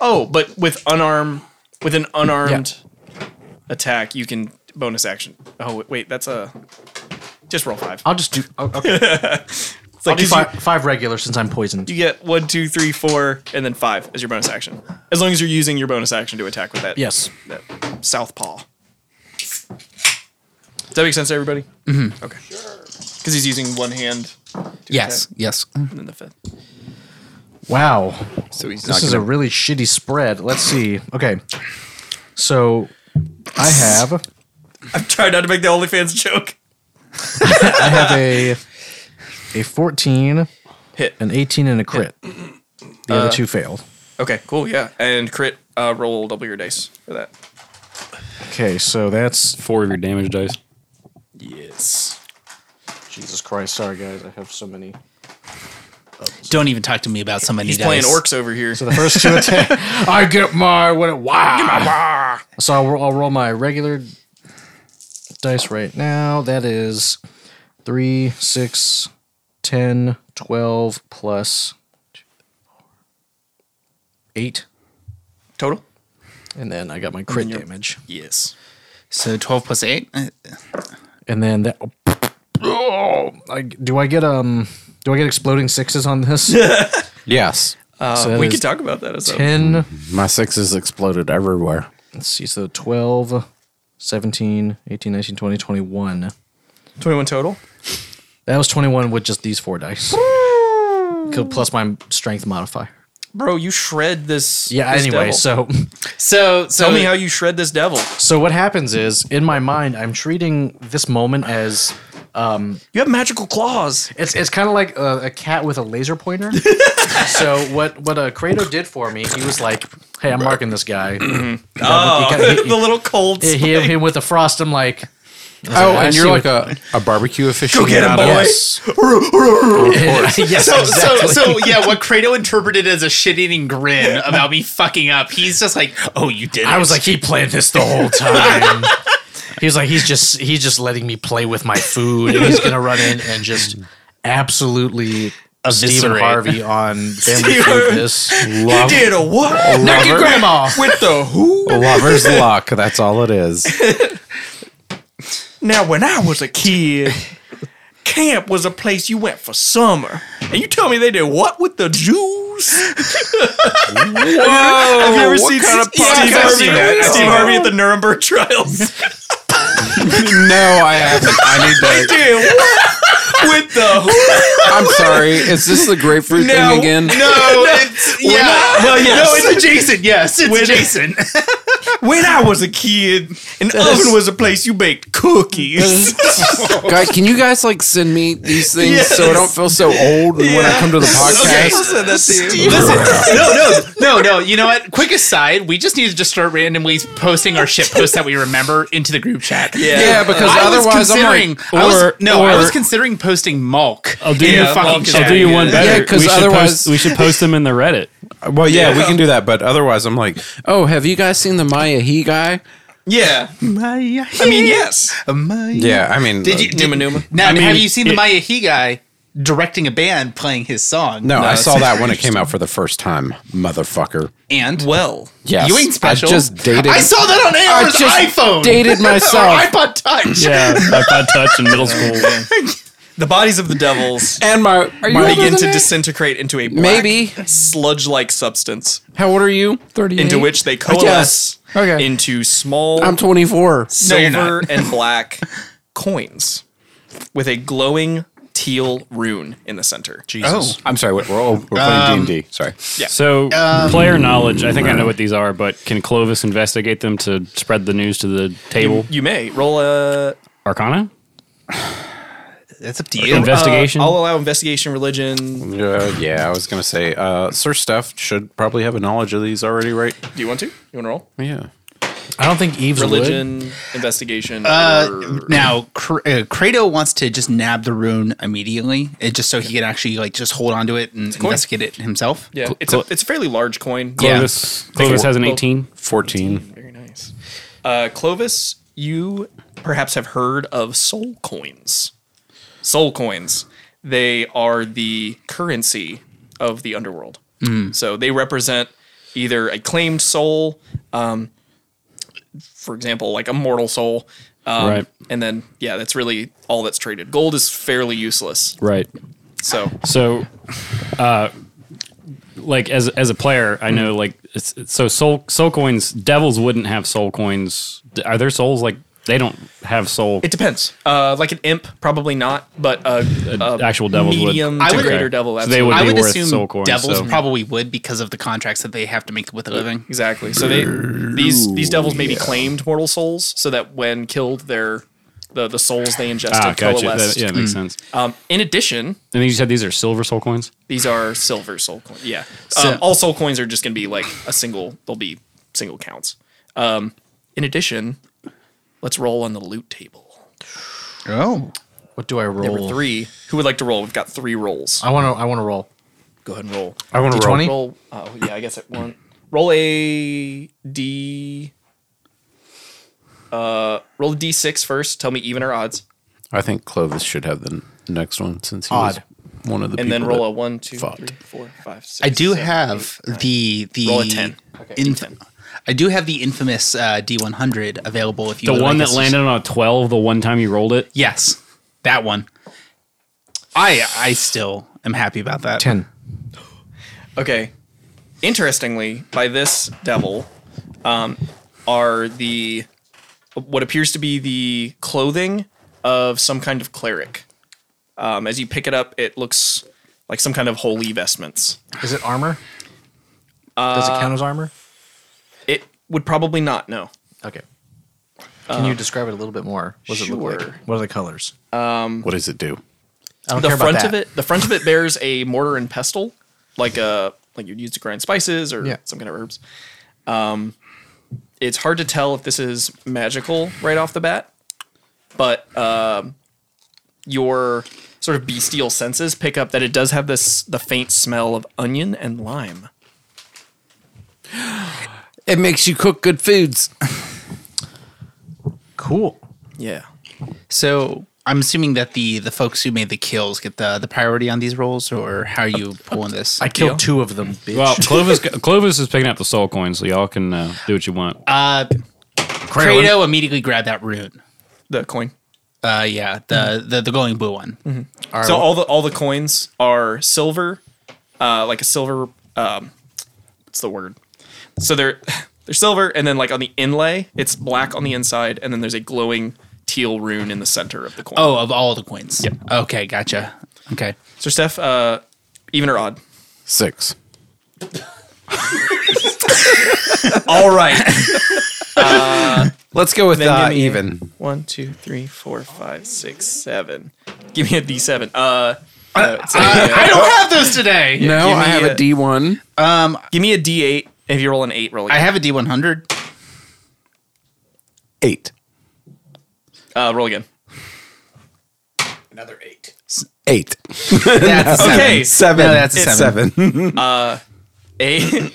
F: Oh, but with unarmed with an unarmed attack, you can bonus action. Oh wait, wait, that's a just roll five.
E: Uh,
B: I'll just do. oh, Okay,
F: It's like
B: I'll do
F: 'cause you-
B: five, five regular since I'm poisoned.
F: you, get one, two, three, four, and then five as your bonus action. As long as you're using your bonus action to attack with that.
B: Yes.
F: That southpaw. Does that make sense to everybody? Mm-hmm. Okay. Because he's using one hand
D: yes, yes.
F: and then the fifth.
B: Wow,
G: so he's
B: this
G: not
B: is a
G: gonna,
B: really shitty spread. Let's see. Okay, so I have
F: I'm trying not to make the OnlyFans joke.
B: I have a a fourteen,
F: Hit.
B: an eighteen, and a crit. The other two failed.
F: Okay, cool, yeah. And crit, uh, roll double your dice for that.
B: Okay, so that's
E: four of your damage dice.
F: Yes.
B: Jesus Christ. Sorry guys, I have so many.
D: Don't even talk to me about somebody.
F: He's playing orcs over here.
B: So the first two attack, I get my what? Wow! So I'll, I'll roll my regular with dice right now. That is 3, 6, 10, 12, plus 8.
F: Total?
B: And then I got my crit
F: you're-
B: damage.
F: Yes.
D: So 12 plus 8?
B: And then that. Oh, I, do I get um? Do I get exploding sixes on this?
C: Yes.
B: Uh, we could talk about that as a- 10.
C: My sixes exploded everywhere.
B: Let's see. So 12, 17, 18, 19, 20, 21.
F: 21 total?
B: That was 21 with just these four dice. Co- Plus my strength modifier.
F: Bro, you shred this.
B: Yeah,
F: this
B: anyway, so-
F: devil.
D: So,
F: tell me how you shred this devil.
B: So what happens is, in my mind, I'm treating this moment as. Um,
F: you have magical claws.
B: It's it's kind of like a, a cat with a laser pointer. so what what uh, Kratos did for me, he was like, "Hey, I'm marking this guy."
F: Oh, the little cold.
B: He hit him with the frost. I'm like, I was
C: Oh,
B: like, I
C: and you're
B: see
C: like
B: what-
C: a, a barbecue official.
B: Go get him, boy.
C: Yes.
B: Yes,
D: so,
B: exactly.
D: so, so, yeah, what Kratos interpreted as a shit eating grin about me fucking up, he's just like, oh, you did it.
B: I was like, he planned this the whole time. he was like, he's just he's just letting me play with my food, and he's gonna run in and just absolutely Stephen
L: Eviscerate.
B: Harvey on family
L: Stephen-
B: food. This
C: Love-
F: did a what?
C: A
B: Knock your
C: lover-
B: grandma
F: with the who?
C: Lover's luck. That's all it is.
F: Now, when I was a kid, camp was a place you went for summer. And you tell me they did what with the Jews? Whoa, have you ever
L: what
F: seen
L: kind of
F: Steve
L: podcast
F: Harvey,
L: is that?
F: Steve
L: Oh.
F: Harvey at the Nuremberg trials?
C: no, I haven't. I
F: they
C: need to.
F: did what with the
C: I'm sorry. Is this the grapefruit thing again?
D: it's
F: When
D: yeah.
F: I-
D: well,
F: yes.
D: no, it's adjacent. Yes, it's
F: When-
D: adjacent.
F: When I was a kid, an
C: That's-
F: oven was a place you baked cookies.
C: Guy, can you guys like send me these things
F: Yes.
C: so I don't feel so old when I come to the
D: Okay.
C: podcast?
D: Listen, no, no, no, no. You know what? Quick aside, we just need to just start randomly posting our shit posts that we remember into the group chat.
C: Yeah. Yeah, because
D: I was
C: otherwise I'm
D: considering,
C: like-
D: I was,
C: or-
D: no, I
E: or-
D: was considering posting Malk.
E: I'll do
D: in
E: you.
D: the fucking
E: I'll,
D: chat.
E: I'll do you one
D: Yeah.
E: better.
C: Yeah, 'cause
E: we should post-
C: otherwise-
E: we should post them in the Reddit.
C: Uh, Well, yeah, we can do that. But otherwise, I'm like, oh, have you guys seen the Maya He guy?
F: Yeah.
D: I
F: mean, yes.
C: Yeah, I mean,
D: Did
C: uh,
D: you
C: Numa
D: did-
C: Numa.
D: Now,
C: I mean,
D: have you seen the
C: it-
D: Maya He guy directing a band playing his song?
C: No, I
D: it's-
C: saw that when it came out for the first time, motherfucker.
D: And
F: well,
C: Yes,
D: you ain't
C: I
D: special.
C: just dated-
D: I saw that on
C: I
D: Aaron's
C: just
D: iPhone.
C: dated myself.
D: or iPod Touch.
E: Yeah, iPod Touch in middle school.
F: The bodies of the devils
C: and my, you older
F: begin
C: than
F: to
C: me?
F: disintegrate into a black,
C: Maybe.
F: sludge-like substance
C: How old are you? Thirty.
F: into which they coalesce
C: Okay.
F: into small
C: I'm 24.
F: silver and black coins with a glowing teal rune in the center.
C: Oh, I'm sorry. We're, all, we're playing
F: Um,
C: D&D. Sorry.
F: Yeah.
E: So player knowledge. I think I know what these are, but can Clovis investigate them to spread the news to the table?
F: You may roll a uh,
E: Arcana.
D: That's up to
E: you. Investigation?
F: Uh, I'll allow investigation, religion.
C: Uh, yeah, I was going to say, uh, Sir Steph should probably have a knowledge of these already, right?
F: Do you want to? You want to roll?
C: Yeah.
B: I don't think Eve's
F: religion, investigation.
D: Uh,
F: or-
D: now, Kr- uh, Kratos wants to just nab the rune immediately, uh, just so he can actually like just hold onto it and
F: coin.
D: investigate it himself.
F: yeah, it's a it's a fairly large coin.
E: Clovis.
D: Yeah.
E: Clovis has an
F: Well,
E: eighteen.
C: 14.
F: Very nice. Uh, Clovis, you perhaps have heard of soul coins. Soul coins. They are the currency of the underworld.
E: Hmm.
L: Mm.
F: So they represent either a claimed soul, um, for example, like a mortal soul. Um,
E: Right.
F: And then, yeah, that's really all that's traded. Gold is fairly useless.
E: Right.
F: So
E: So, uh, like as as a player, I know like it's, it's- so soul soul coins. Devils wouldn't have soul coins. D- Are their souls like they don't have soul?
F: It depends. Uh, like an imp, probably not, but uh, uh,
E: actual devils would.
F: medium
E: I
F: to
E: would-
F: greater
E: Okay.
F: devil.
E: So they would
F: absolutely.
E: be
D: I would
E: worth
D: assume
E: soul coins,
D: devils
E: so-
D: probably would because of the contracts that they have to make with a living.
F: Exactly. So they these these devils may be claimed mortal souls, so that when killed, their the the souls they ingested
E: Ah, gotcha.
F: coalesced.
E: That- yeah, makes Mm. sense.
F: Um, in addition,
E: And then you said these are silver soul coins.
F: these are silver soul coins. Yeah,
E: So-
F: um, all soul coins are just going to be like a single. They'll be single counts. Um, in addition, let's roll on the loot table.
D: Oh,
B: what do I roll?
F: Number
E: Oh.
F: three. Who would like to roll? We've got three rolls.
B: I want to. I want to roll.
F: Go ahead and roll.
B: I wanna roll. D20?
F: Roll. Oh yeah, I guess it one. Roll a d. Uh, Roll a d6 first. Tell me even or odds.
C: I think Clovis should have the n- next one since he
F: Odd.
C: was one of the
F: and then
C: people
F: roll a
C: that
F: one, two,
C: fucked.
F: three, four, five, six.
D: I do have the the
F: Roll a 10.
D: inf- I do have the infamous uh, D100 available if you
E: The
D: would
E: one
D: like
E: that
D: us to-
E: landed on a 12 the one time you rolled it?
D: Yes. That one. I I still am happy about that. 10.
F: Okay. Interestingly, by this devil, um, are the what appears to be the clothing of some kind of cleric. Um, as you pick it up, it looks like some kind of holy vestments.
M: Is it armor?
F: Uh,
M: Does it count as armor?
F: It would probably not. No.
M: Okay. Can
B: uh,
M: you describe it a little bit more? What does it look
F: Sure.
M: like? What are the colors?
F: Um,
C: What does it do?
M: I don't
F: the
M: care about
F: front of
M: that.
F: it, the front of it bears a mortar and pestle, like a like you'd use to grind spices or
M: Yeah.
F: some kind of herbs. Um, it's hard to tell if this is magical right off the bat, but um, your sort of bestial senses pick up that it does have this the faint smell of onion and lime.
C: It makes you cook good foods.
D: Cool.
F: Yeah.
D: So I'm assuming that the the folks who made the kills get the the priority on these rolls, or how are you pulling this?
E: I killed
D: two of them.
E: Well, Clovis Clovis is picking up the soul coin, so y'all can uh, do what you want.
D: Uh,
E: Crayon.
D: Credo immediately grabbed that root.
F: The coin.
D: Uh, yeah, the the, the glowing blue one. All right,
F: so
D: well-
F: all the all the coins are silver, uh, like a silver. Um, what's the word? So they're they're silver, and then like on the inlay, it's black on the inside, and then there's a glowing teal rune in the center of the coin.
D: Oh, of all the coins. Yep. Okay, gotcha. Okay.
F: So Steph, uh, even or odd?
C: Six.
F: all right. Uh,
C: Let's go with
F: then
C: uh,
F: give me
C: even.
F: One, two, three, four, five, six, seven. Give me a D seven. Uh, uh, it's a- yeah.
D: I don't have those today.
F: Yeah, give me
C: one.
D: Um,
F: give me a D eight. If you roll an eight, roll.
D: I have a D one hundred.
C: Eight.
F: Uh, roll again.
C: Eight.
F: That's
C: No.
F: okay.
C: Seven.
F: No, that's a
C: It's
F: seven.
C: seven.
F: uh, a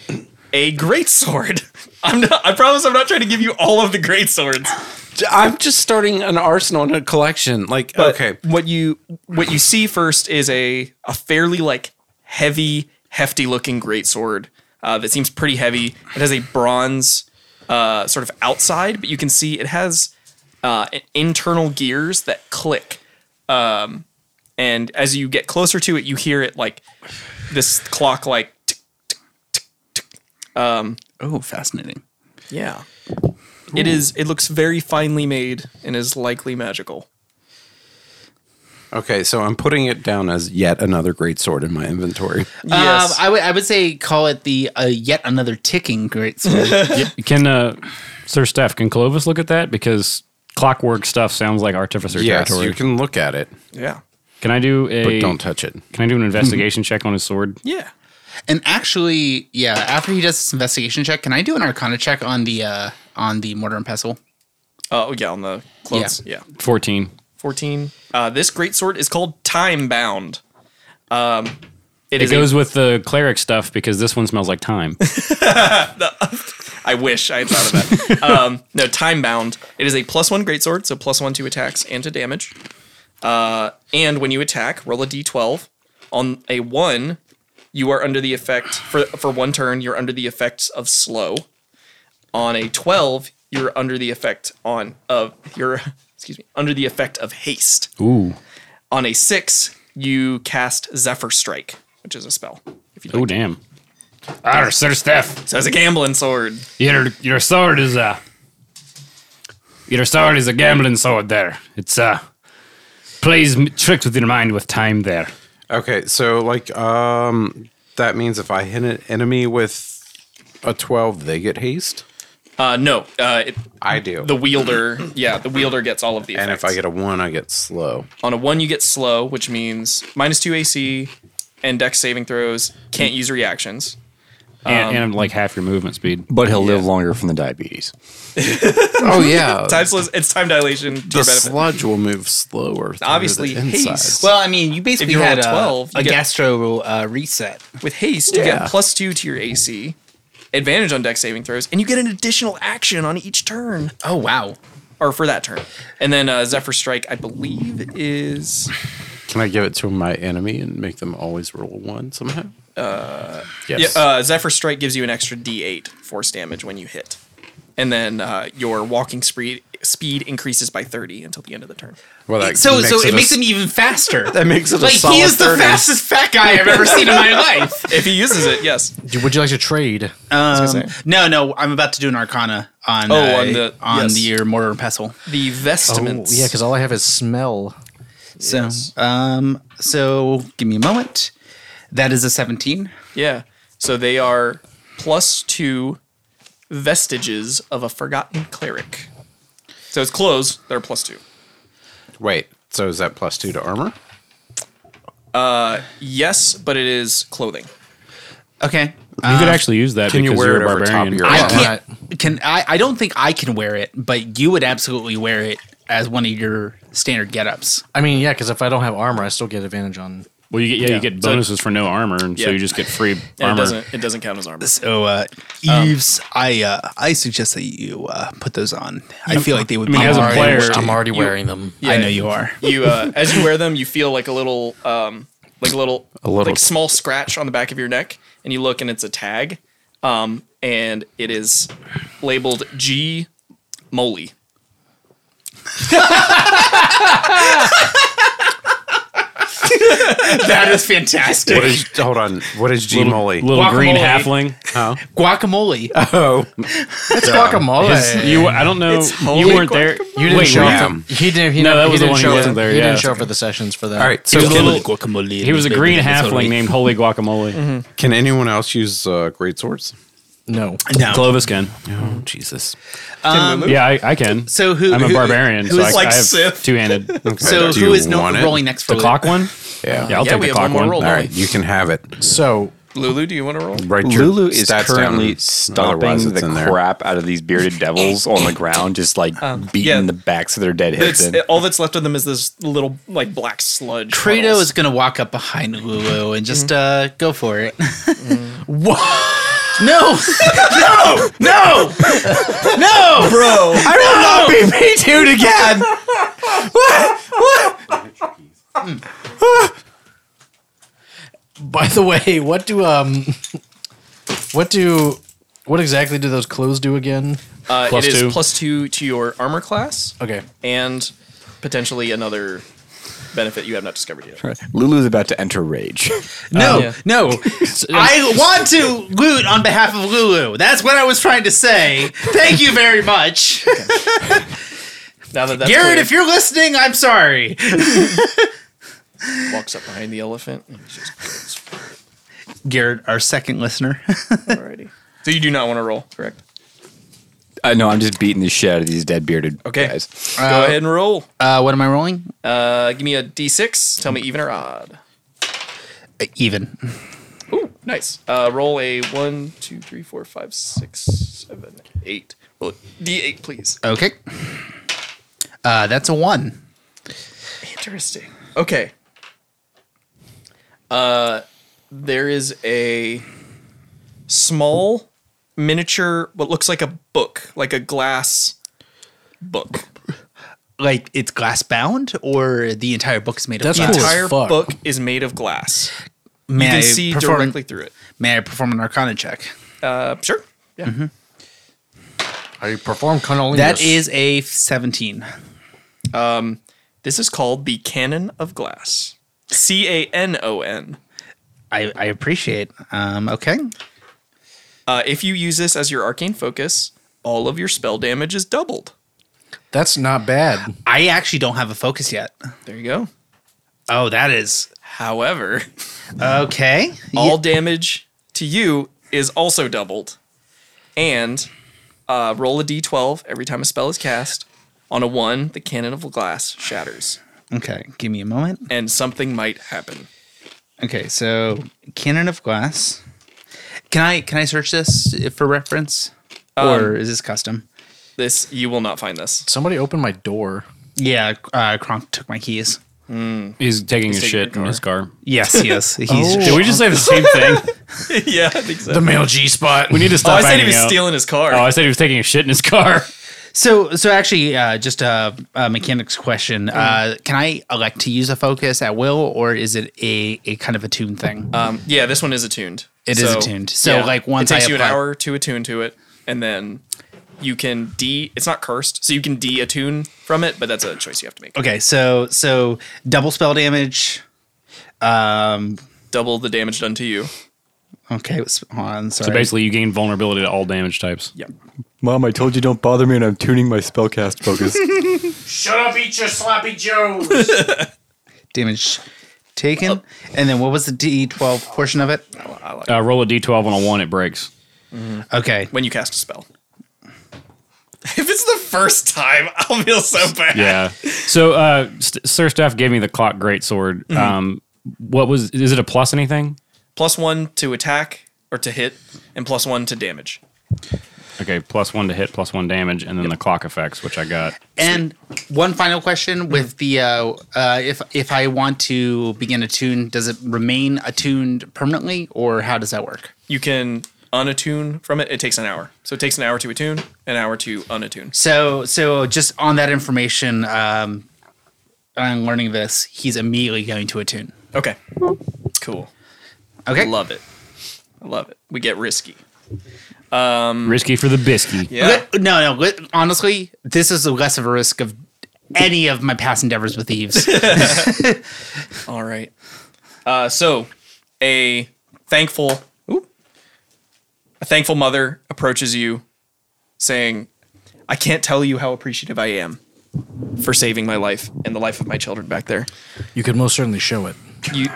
F: a great sword. I'm not. I promise I'm not trying to give you all of the great swords.
C: I'm just starting an arsenal and a collection. Like, okay.
F: What you what you see first is a a fairly like heavy, hefty looking great sword uh, that seems pretty heavy. It has a bronze uh, sort of outside, but you can see it has uh, an- internal gears that click. Um, and as you get closer to it, you hear it like this clock like. tick, tick, tick, tick. Um,
D: oh, fascinating.
F: Yeah. It is. It looks very finely made and is likely magical.
C: Okay, so I'm putting it down as yet another great sword in my inventory.
D: Um, I would I would say call it the uh, yet another ticking great sword.
E: Y- can uh, Sir Steph? Can Clovis look at that? Because clockwork stuff sounds like artificer
C: Yes,
E: territory.
C: you can look at it.
F: Yeah.
E: Can I do a?
C: But don't touch it.
E: Can I do an investigation check on his sword?
F: Yeah.
D: And actually, yeah, after he does this investigation check, can I do an arcana check on the uh on the mortar and pestle?
F: Oh yeah, on the clothes. Yeah.
E: Fourteen.
F: 14. Uh, this great sword is called Time Bound. Um,
E: It,
F: is a-
E: goes with the cleric stuff because this one smells like time.
F: I wish I had thought of that. um, no, Time Bound. It is a plus one great sword, so plus one to attacks and to damage. Uh, and when you attack, roll a d12. On a one, you are under the effect for for one turn. You're under the effects of slow. On a twelve, you're under the effect on of you're excuse me under the effect of haste.
E: Ooh.
F: On a six, you cast Zephyr Strike, which is a spell.
E: Oh damn. Arr, Sir Steph.
F: So it's a gambling sword.
E: Your your sword is a your sword is a gambling sword. There, it's uh plays m- tricks with your mind with time. There,
C: Okay, so like um that means if I hit an enemy with a 12, they get haste.
F: Uh, no, uh, it,
C: I do.
F: The wielder, yeah, the wielder gets all of the effects. Oh,
C: And if I get a 1, I get slow.
F: On a one, you get slow, which means minus two AC and dex saving throws. Can't use reactions.
E: and,
F: Um,
E: and like half your movement speed.
G: But he'll live longer from the diabetes.
C: oh yeah.
F: time sli- it's time dilation. To
C: The
F: your benefit.
C: sludge will move slower. through
F: Obviously,
C: the inside.
F: haste.
D: Well, I mean, you basically
F: you roll
D: had
F: a
D: a,
F: 12, you
D: a
F: get-
D: gastro uh, reset.
F: With haste, you
D: Yeah.
F: get plus two to your AC, advantage on dex saving throws, and you get an additional action on each turn.
D: Oh wow!
F: or for that turn. And then uh, Zephyr Strike, I believe, is
C: Can I give it to my enemy and make them always roll one somehow?
F: uh,
C: Yes.
F: yeah, uh, Zephyr Strike gives you an extra D8 force damage when you hit, and then uh, your walking speed speed increases by 30 until the end of the turn.
C: Well,
D: It- so so it makes him even faster. That
C: makes it a
D: like
C: solid
D: he is the
C: 30.
D: fastest fat guy I've ever seen in my life.
F: If he uses it, yes.
B: Would you like to trade?
D: Um, no, no, I'm about to do an Arcana on
F: Oh,
D: uh,
F: on the-
D: on
F: yes.
D: your mortar and pestle.
F: The vestments.
B: Oh, yeah, because all I have is smell.
D: So, um, so give me a moment. That is a 17.
F: Yeah. So they are plus two vestiges of a forgotten cleric. So it's clothes. They're plus two.
C: Wait, so is that plus two to armor?
F: Uh, yes, but it is clothing.
D: Okay.
E: You could actually use that because you are a barbarian.
D: I can't. Can I? I don't think I can wear it, but you would absolutely wear it as one of your standard get-ups.
B: I mean, yeah, because if I don't have armor, I still get advantage on.
E: Well, you get yeah,
B: Yeah,
E: you get
B: so-
E: bonuses for no armor, and so
B: Yeah.
E: you just get free
F: And
E: armor.
F: it doesn't. It doesn't count as armor.
D: So, uh,
F: Um,
D: Eves, I uh, I suggest that you uh, put those on. I
F: Yeah.
D: feel like they would.
F: I mean,
D: be
F: as a
D: already-
F: player, I'm
B: already
F: you-
B: wearing them.
D: I know you are.
F: You uh, as you wear them, you feel like a little, um, like a little,
D: A little-
F: like small scratch on the back of your neck, and you look, and it's a tag, um, and it is labeled G. Moly.
D: that is fantastic.
C: What is, hold on. What is G
E: Little-
C: Moly?
E: little green Guacamole.
C: Oh.
D: Guacamole.
C: Oh.
B: It's
C: Yeah.
B: guacamole.
E: His- you- I don't know- It's you holy weren't there. guacamole.
B: You didn't
E: Wait,
B: show
E: yeah.
B: up. For, he didn't. He
E: No,
B: never,
E: that was
B: he
E: the
B: didn't
E: one he
B: show up-
E: wasn't there,
B: He
E: yeah.
B: didn't show up for the sessions for that.
C: All right,
E: He
C: so
E: was a
C: can-
E: little He was a green halfling named Holy Guacamole.
C: Can anyone else use uh, great swords?
B: No.
D: No.
E: Clovis can.
C: Oh Jesus.
D: Um,
E: yeah, I, I can.
D: so who-
E: I'm a
D: who-
E: barbarian,
D: who
E: so
D: is
E: I,
D: like
E: I have
D: Sif?
E: two handed.
D: So who is no- rolling next for
E: the
D: Lu-
E: clock one?
C: Yeah,
E: yeah, I'll take the clock one.
C: All right, you can have it.
B: So
F: Lulu, do you want to roll?
C: Right, your
G: Lulu is
C: stats down.
G: currently
C: Otherwise,
G: stomping
C: it's
G: the
C: in there.
G: crap out of these bearded devils on the ground, just like beating the backs of their dead heads
F: It's,
G: in.
F: all that's left of them is this little like black sludge.
D: Credo is going to walk up behind Lulu and
E: Mm.
D: just uh, go for it. What? No! no! No! No!
K: Bro.
D: I will not be
K: P2'd again.
D: what?
K: What?
B: By the way, what do um, what do, what exactly do those clothes do again?
F: Uh, it is plus two to your armor class.
B: Okay.
F: And potentially another benefit you have not discovered yet.
G: Lulu's about to enter rage.
D: No, no. I want to loot on behalf of Lulu. That's what I was trying to say. Thank you very much.
F: Now that that's
D: Garrett,
F: clear,
D: if you're listening, I'm sorry.
F: walks up behind the elephant. and he's just-
D: Garrett, our second listener.
F: Alrighty. So you do not want to roll, correct?
G: I know. I'm just beating the shit out of these dead bearded
F: Okay.
G: guys.
F: Go ahead and roll.
D: Uh, what am I rolling?
F: Uh, give me a d6. Tell me even or odd.
D: Uh, Even.
F: Nice. Uh, roll a one, two, three, four, five, six, seven, eight. Roll a d8, please.
D: Okay. Uh, that's a one.
F: Interesting. Okay. Uh, there is a small miniature, what looks like a book, like a glass book.
D: Like it's glass bound, or the entire book's made of
F: the
D: glass?
F: entire book is made of glass.
D: May
F: you can
D: I
F: see
D: perform-
F: directly through it.
D: May I perform an Arcana check?
F: Uh, sure. Yeah.
B: I perform cunnilingus.
D: That is a seventeen.
F: Um, this is called the Canon of Glass. C A N O N.
D: I, I appreciate. Um, okay.
F: Uh, if you use this as your arcane focus, all of your spell damage is doubled.
B: That's not bad.
D: I actually don't have a focus yet.
F: There you go.
D: Oh, that is
F: However,
D: okay.
F: all damage to you is also doubled. And uh, roll a d12 every time a spell is cast. On a one, the cannon of glass shatters,
D: Okay, give me a moment.
F: and something might happen.
D: Okay, so cannon of glass. Can I can I search this for reference, or
F: Um,
D: is this custom?
F: This you will not find this.
B: Somebody opened my door.
D: Yeah, uh, Kronk took my keys.
E: He's taking
F: He's
E: his
F: taking
E: shit in his car.
D: Yes, yes. He's
E: Oh. Did we just say the same thing?
F: yeah, I think so.
B: The male G spot.
E: We need to stop.
F: Oh, I said he
E: hanging
F: was
E: out.
F: stealing his car.
E: Oh, I said he was taking a shit in his car.
D: So, so actually, uh, just a, a mechanics question. Uh, can I elect to use a focus at will, or is it a, a kind of attuned thing?
F: Um, yeah, this one is attuned.
D: It is attuned. So, like, once
F: it
D: I
F: takes you an
D: apply-
F: hour to attune to it, and then you can de. It's not cursed, so you can de-attune from it, but that's a choice you have to make.
D: Okay, so so double spell damage. Um,
F: double the damage done to you.
D: Okay, what's- hold on. Sorry.
E: So basically, you gain vulnerability to all damage types.
F: Yep.
G: Mom, I told you don't bother me, and I'm tuning my spellcast focus.
K: Shut up, eat your sloppy joes.
D: damage taken, and then what was the D E twelve portion of it?
F: Oh,
E: Uh, roll a d12 on a one, it breaks.
D: Okay,
F: when you cast a spell. If it's the first time, I'll feel so bad.
E: Yeah. So uh, St- Sir Staff gave me the clock greatsword.
F: Mhm.
E: Um, what was? Is it a plus anything?
F: Plus one to attack or to hit, and plus one to damage.
E: Okay, plus one to hit, plus one damage, and then the clock effects, which I got.
D: And one final question with the uh, uh, if if I want to begin attune, does it remain attuned permanently, or how does that work?
F: You can unattune from it. It takes an hour, so it takes an hour to attune, an hour to unattune.
D: So so just on that information, um, I'm learning this. He's immediately going to attune.
F: Okay, cool.
D: Okay,
F: love it. I love it. We get risky. Um,
E: Risky for the bisky.
F: Yeah.
D: Li- No, no. li- Honestly, this is less of a risk of any of my past endeavors with thieves.
F: All right. Uh, so, a thankful, oop, a thankful mother approaches you, saying, "I can't tell you how appreciative I am for saving my life and the life of my children back there.
B: You could most certainly show it.
F: You,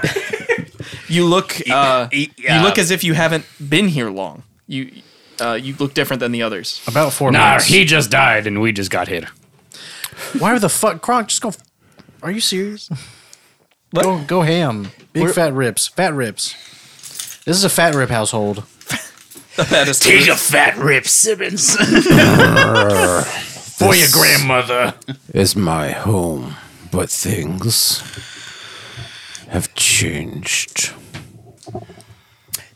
F: you look, uh,
B: uh,
F: you look as if you haven't been here long. You, uh, you look different than the others.
B: About four
E: nah,
B: minutes.
E: he just died, and we just got hit.
B: Why the fuck, Kronk? Just go. f- Are you serious? Go, go ham. Big
M: We're-
B: fat ribs. Fat ribs. This is a fat rib household.
K: Take a fat rip, Simmons.
B: For your grandmother.
C: is my home, but things have changed.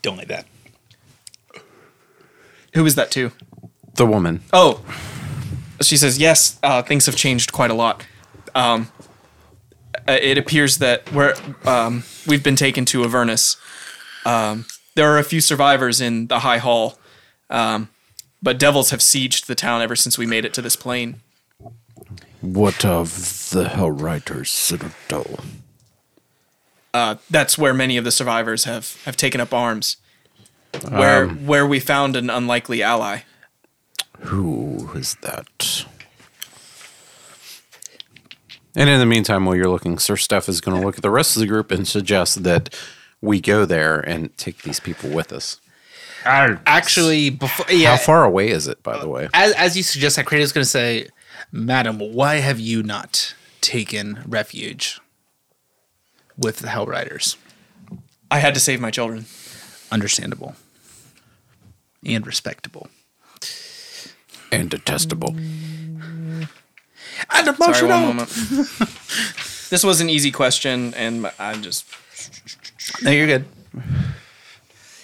D: Don't like that.
F: Who is that to?
C: The woman.
F: Oh, she says yes. Uh, things have changed quite a lot. Um, uh, it appears that we're um, we've been taken to Avernus. Um, there are a few survivors in the High Hall, um, but devils have sieged the town ever since we made it to this plane.
C: What of the Hellrider's Citadel?
F: Uh, that's where many of the survivors have have taken up arms. Where
C: Um.
F: where we found an unlikely ally.
C: Who is that? And in the meantime, while you're looking, Sir Steph is going to look at the rest of the group and suggest that we go there and take these people with us.
D: Actually, before
C: How
D: yeah,
C: far away is it, by the way?
B: Uh,
D: as as you suggest, that Kratos is going to say, "Madam, why have you not taken refuge with the Hell Riders?"
F: I had to save my children.
D: Understandable and respectable
C: and detestable.
D: And
F: Sorry,
D: emotional.
F: one moment. this was an easy question, and I just
D: No, you're good.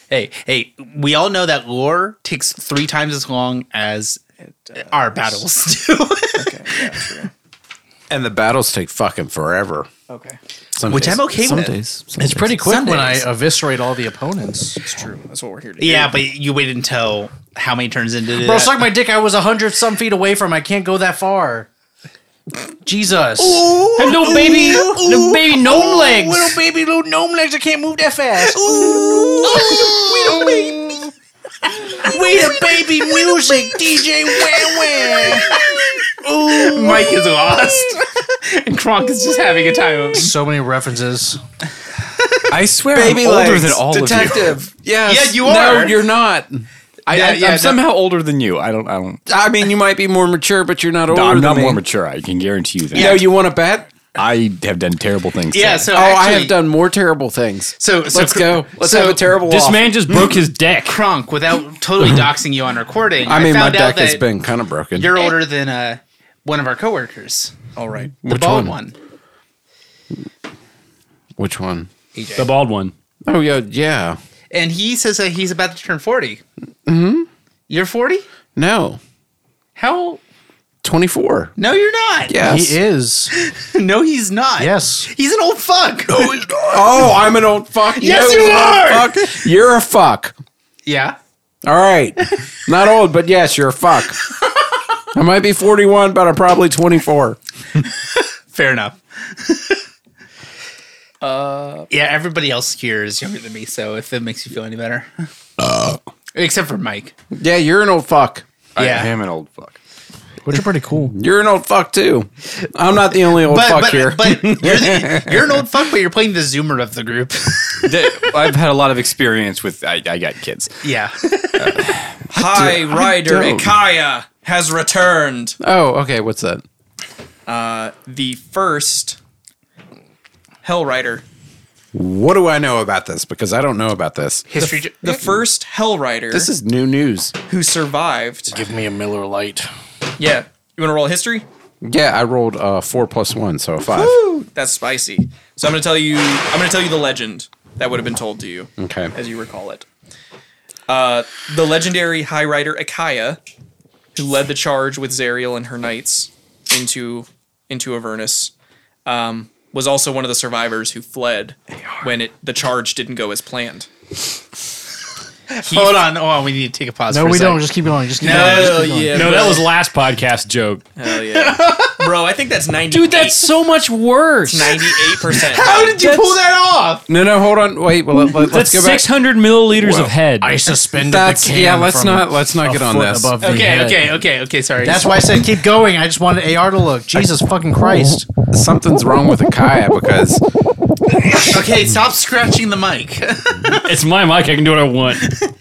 D: Hey, hey, we all know that lore takes three times as long as our battles do.
C: And the battles take fucking forever.
F: Okay.
C: Some
B: Which
C: days.
B: I'm okay
C: some
B: with.
C: Days, some
B: It's
C: days.
B: pretty quick when I
D: days.
C: uh,
B: eviscerate all the opponents.
F: It's true. That's what we're here to
D: yeah, but you waited until how many turns into this?
B: Bro, suck my dick. I was a hundred some feet away from. I can't go that far. Jesus.
I: Have no baby- no baby gnome legs.
B: Little baby, little gnome legs. I can't move that fast. Wait a baby music, DJ Wah Wah.
D: Mike is lost. and Kronk is just having a time of
B: So many references.
C: I swear I'm older than all of you. Yes.
D: Yeah, you
C: No,
D: are.
C: you're not. I,
D: Yeah,
C: I,
D: yeah,
C: am
D: no.
C: somehow older than you. I don't. I don't. I mean, you might be more mature, but you're not older.
G: I'm
C: than
G: not
C: me.
G: more mature. I can guarantee you that.
C: You know, you want to bet?
G: I have done terrible things. to
D: Yeah,
G: you.
D: so
C: oh, I have
D: actually-
C: done more terrible things.
D: So, so
C: let's
D: Kr-
C: go. Let's
D: so
C: have a terrible.
E: This
C: off.
E: man just broke his deck.
D: Kronk without totally doxing you on recording.
C: I mean, my deck
D: that
C: has been kind of broken.
D: You're older than uh, one of our coworkers,
F: All right.
D: the
C: Which
D: bald
C: one?
D: one.
C: Which one?
E: The bald one.
C: Oh yeah, yeah.
D: And he says that he's about to turn forty.
C: Hmm.
D: You're forty.
C: No,
D: How
C: 24.
D: No, you're not.
C: Yes. He
B: is.
D: no, he's not.
B: Yes.
D: He's an old fuck.
C: No, he's not. Oh, I'm an old fuck.
D: Yes, you are.
C: You're a fuck.
D: Yeah.
C: All right. Not old, but yes, you're a fuck. I might be 41, but I'm probably 24.
D: Fair enough. uh, yeah, everybody else here is younger than me, so if it makes you feel any better. Except for Mike.
C: Yeah, you're an old fuck.
D: Yeah.
G: I am an old fuck.
B: Which are pretty cool.
C: You're an old fuck too. I'm not the only old
D: But-
C: fuck
D: but-
C: here.
D: but you're the- You're an old fuck, but you're playing the zoomer of the group.
G: I've had a lot of experience with. I, I got kids.
D: yeah.
F: High Rider
C: don't.
F: Ikaya has returned.
C: oh, okay. What's that?
F: Uh, the first Hell Rider.
C: What do I know about this? Because I don't know about this.
F: History. The, the first Hell Rider
C: This is new news.
F: who survived.
M: Give me a Miller Light.
F: Yeah. You want to roll history?
C: Yeah, I rolled uh, four plus one, so five.
F: Woo! That's spicy. So I'm gonna tell you. I'm gonna tell you the legend that would have been told to you,
C: Okay.
F: as you recall it. Uh, the legendary high rider Akaya, who led the charge with Zariel and her knights into into Avernus, um, was also one of the survivors who fled when it the charge didn't go as planned.
D: Hold on. Hold on. Oh, We need to take a pause.
B: No,
D: for a
B: we
D: sec.
B: don't. Just keep going. Just keep
F: No,
B: going. Just keep going.
F: yeah,
E: No, that was last podcast joke.
F: hell yeah, bro. I think that's ninety.
I: Dude, that's so much worse.
F: ninety-eight percent.
D: How did you pull that off?
C: No, no, hold on. Wait, well, let, let, let's
E: That's
C: go back.
E: 600 milliliters
C: Well,
E: of head.
M: I suspended
C: That's
M: the can.
C: yeah. Let's
M: from
C: not let's not
M: a
C: get on
M: foot
C: this.
M: Above the
D: Okay.
M: head.
D: Okay. Okay. Okay. Sorry.
B: That's why I said keep going. I just wanted AR to look. Jesus fucking Christ.
C: Something's wrong with Akaya because
D: Okay. Stop scratching the mic.
E: it's my mic. I can do what I want.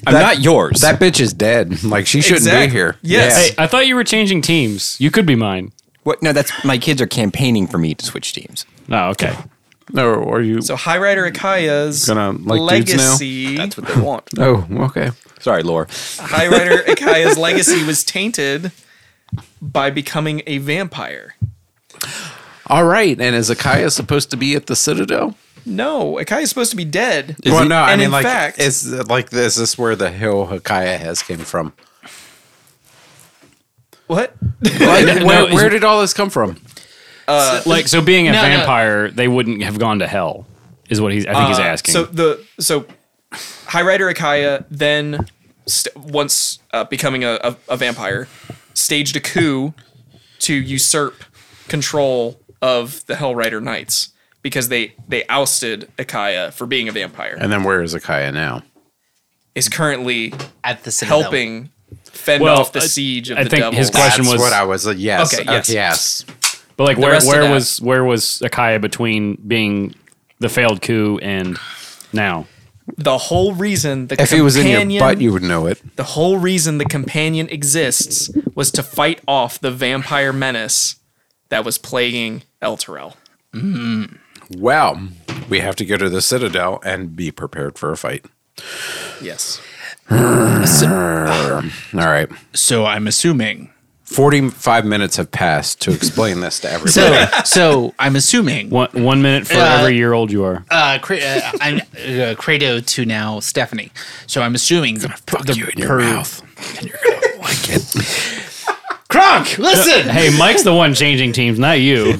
G: I'm not yours.
C: that bitch is dead. Like she shouldn't
F: Exact-
C: be here.
F: Yes.
E: Hey, I thought you were changing teams. You could be mine.
G: what? No, that's my kids are campaigning for me to switch teams.
E: Oh, okay.
C: No, are you?
F: So High Rider Akaya's
C: Gonna like dudes now?
F: legacy. That's what they want.
C: oh, okay.
G: Sorry, Lore.
F: High Rider Akaya's legacy was tainted by becoming a vampire.
C: All right. And is Akaya supposed to be at the Citadel?
F: No, Akaya's supposed to be dead.
C: well, no. I
F: and
C: mean,
F: in
C: like,
F: fact-
C: is like is this where the hill Akaya has came from?
F: What?
C: Like, where,
E: is-
C: where did all this come from?
E: Like, so being a
D: No, no.
E: vampire, they wouldn't have gone to hell, is what he's, I think he's asking.
F: So the so High Rider Akaya then st- once uh, becoming a, a, a vampire staged a coup to usurp control of the Hell Rider Knights because they they ousted Akaya for being a vampire.
C: And then where is Akaya now?
F: Is currently
D: At the Citadel.
F: helping fend
E: Well,
F: off the
E: I-
F: siege of
E: I
F: the
E: think
F: devil.
E: his question
C: That's
E: was-
C: what I was. uh, yes.
F: Okay, yes.
E: but like, where,
F: rest of
E: where
F: that-
E: was where was Akaya between being the failed coup and now?
F: the whole reason the
C: If he was in your
F: companion-
C: butt, you would know it.
F: the whole reason the companion exists was to fight off the vampire menace that was plaguing El Terrell.
C: Well, we have to go to the Citadel and be prepared for a fight.
F: Yes.
C: All right.
D: So I'm assuming.
C: 45 minutes have passed to explain this to everybody.
D: So so I'm assuming.
E: One, one minute for
D: Uh,
E: every year old you are.
D: uh, cra- uh, I'm uh, Credo to now Stephanie. So I'm assuming the, per- the
C: you in your
D: per-
C: mouth. And you're going to like it.
D: Kronk, listen.
E: hey, Mike's the one changing teams, not you.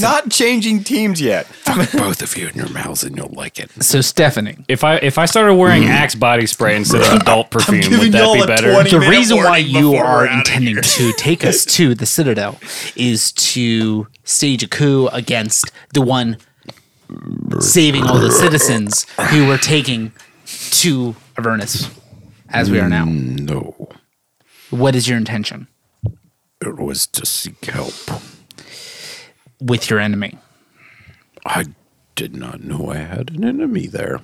G: Not changing teams yet.
C: Fuck both of you in your mouths and you'll like it.
D: So Stephanie,
E: If I if I started
D: Hmm.
E: wearing Axe body spray instead of adult perfume, would that be better?
D: the reason why you are intending to take us to the Citadel is to stage a coup against the one saving all the citizens who were taking to Avernus, as we are now.
C: No,
D: What is your intention
C: it was to seek help.
D: with your enemy?
C: I did not know I had an enemy there.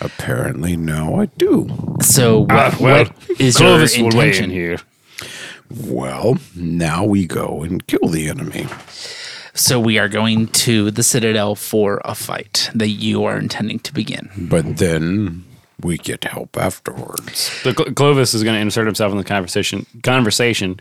C: Apparently now I do.
D: So what,
E: Well,
D: what is your
E: Clovis will weigh in
D: intention?
E: here.
C: Well, now we go and kill the enemy.
D: So we are going to the Citadel for a fight that you are intending to begin.
C: But then we get help afterwards.
E: So Cl- Clovis is going to insert himself in the conversation. Conversation.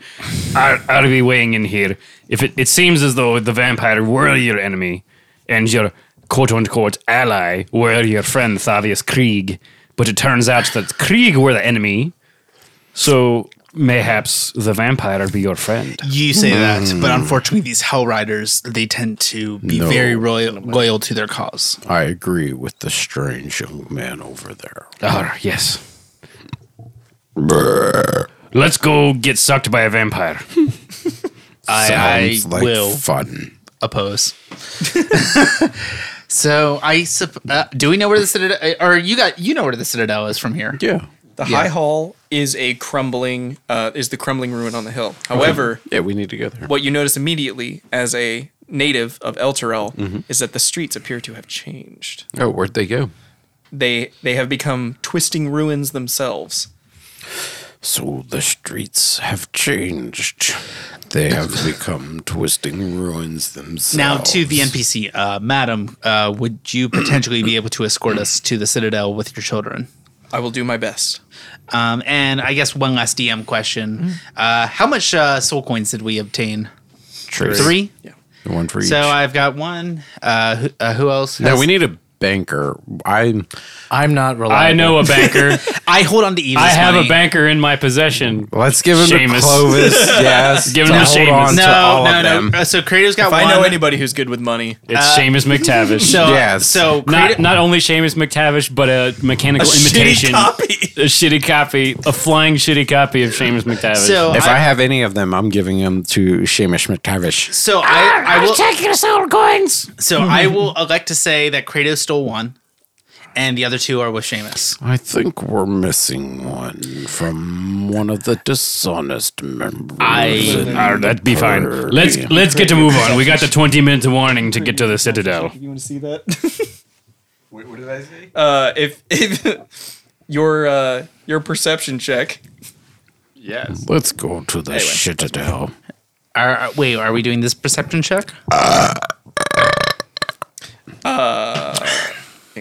E: I, I'll be weighing in here. If it, it seems as though the vampire were your enemy, and your quote unquote ally were your friend Thavius Krieg, but it turns out that Krieg were the enemy. So mayhaps the vampire be your friend.
D: You say that, but unfortunately, these Hell Riders they tend to be
E: No.
D: very loyal, loyal to their cause.
C: I agree with the strange young man over there.
E: Ah, yes. Let's go get sucked by a vampire.
D: I,
E: Sounds
D: I
E: like
D: will
C: fun
D: oppose. so I sup- uh, do we know where the citadel uh, or you got you know where the citadel is from here?
C: Yeah,
F: The High Hall is a crumbling uh, is the crumbling ruin on the hill. However,
C: yeah, we need to go there.
F: what you notice immediately as a native of El Terrell
C: Mhm.
F: is that the streets appear to have changed.
C: Oh, where'd they go?
F: They they have become twisting ruins themselves.
C: So the streets have changed. They have become twisting ruins themselves.
D: Now to the NPC, uh, Madam, uh, would you potentially be able to escort us to the Citadel with your children?
F: I will do my best.
D: Um, and I guess one last DM question: uh, How much uh, soul coins did we obtain?
C: Trace.
D: Three.
C: One for each.
D: So I've got one. Uh, who, uh, who else?
C: now
D: has-
C: we need a banker. I'm
M: I'm not
E: I know a banker.
D: I hold on to Eve's
E: I have
D: money.
E: a banker in my possession.
C: Let's give him to
E: Seamus.
C: Clovis, yes,
E: give
C: to
E: him to
C: hold
E: Seamus.
C: on to No, all of no, no.
D: Uh, so Kratos got
F: If
D: one.
F: I know anybody who's good with money,
E: It's Seamus McTavish.
D: so- Yes. so
E: not,
D: Kratos-
E: not only Seamus McTavish, but a mechanical
F: A shitty
E: imitation,
F: copy.
E: a shitty copy, a flying shitty copy of Seamus McTavish.
C: if I, have any of them, I'm giving them to Seamus McTavish.
D: So
C: Ah,
D: I, I will
J: taking us out coins.
D: So I will elect to say that Kratos stole one, and the other two are with Seamus.
C: I think we're missing one from one of the dishonest members.
E: I,
C: in
E: Ah, that'd be
C: the
E: fine.
C: party.
E: Let's let's get to move on. We got the twenty minutes warning to get to the citadel.
F: You want to see that? Wait, what did I say? Uh, if if your uh, your perception check.
G: Yes.
C: Let's go to the citadel.
D: Are, are- wait, are we doing this perception check?
F: Uh,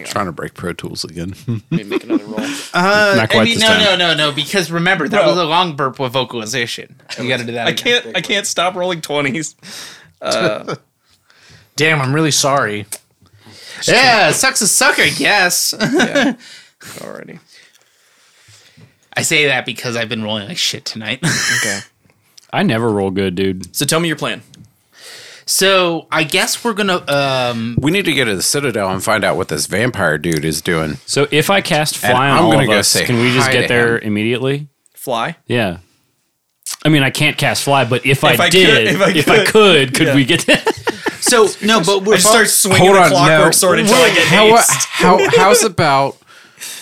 C: Trying to break Pro Tools again.
F: make another roll.
D: Uh,
C: Not quite
D: I mean,
C: this
D: no,
C: time.
D: no, no, no. Because remember that
F: Bro.
D: was a long burp with vocalization. You got to do that.
F: I
D: again.
F: can't I can't stop rolling twenties. Uh,
M: Damn, I'm really sorry.
D: Yeah, sucks a sucker. I guess.
F: Already.
D: I say that because I've been rolling like shit tonight.
F: okay.
E: I never roll good, dude.
F: So tell me your plan.
D: So I guess we're gonna. Um,
C: We need to go to the citadel and find out what this vampire dude is doing.
E: So if I cast fly
C: And
E: on
C: I'm
E: all
C: gonna
E: of
C: go
E: us,
C: say
E: can we just
C: hi
E: get
C: to
E: there immediately?
F: Fly.
E: Yeah. I mean, I can't cast fly, but if,
F: If
E: I,
F: I could-
E: did,
F: if I
E: if I
F: could.
E: could, could
F: Yeah.
E: we get there?
D: so no, but we're
F: I just
D: both-
F: start swinging the clockwork sword until I get
C: how, uh,
F: haste.
C: how, how's about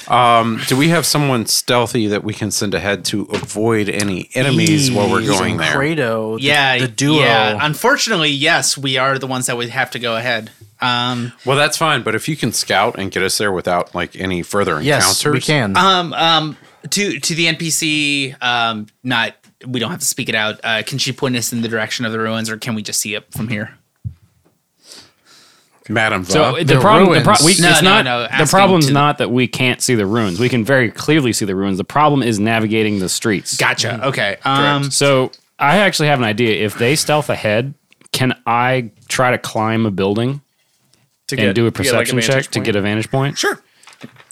C: um, do we have someone stealthy that we can send ahead to avoid any enemies while we're going there?
M: Credo, the,
D: yeah,
M: the duo.
D: Yeah, unfortunately, yes, we are the ones that would have to go ahead. Um,
C: Well, that's fine, but if you can scout and get us there without like any further
M: yes,
C: encounters,
M: we can.
D: um, um, to to the NPC. Um, not we don't have to speak it out. Uh, can she point us in the direction of the ruins, or can we just see it from here?
C: Madam.
E: So
C: Va,
E: the, problem, the pro-
M: ruins.
E: we,
D: No,
E: it's
D: no,
E: not,
D: no,
E: the
D: asking
E: problem's
D: to-
E: not that we can't see the ruins. We can very clearly see the ruins. The problem is navigating the streets.
M: Mm-hmm.
D: Gotcha. Okay. Um,
E: So I actually have an idea. If they stealth ahead, can I try to climb a building
F: To
E: and do a
F: to get, like,
E: perception
F: vantage
E: check to get a vantage point?
F: Sure.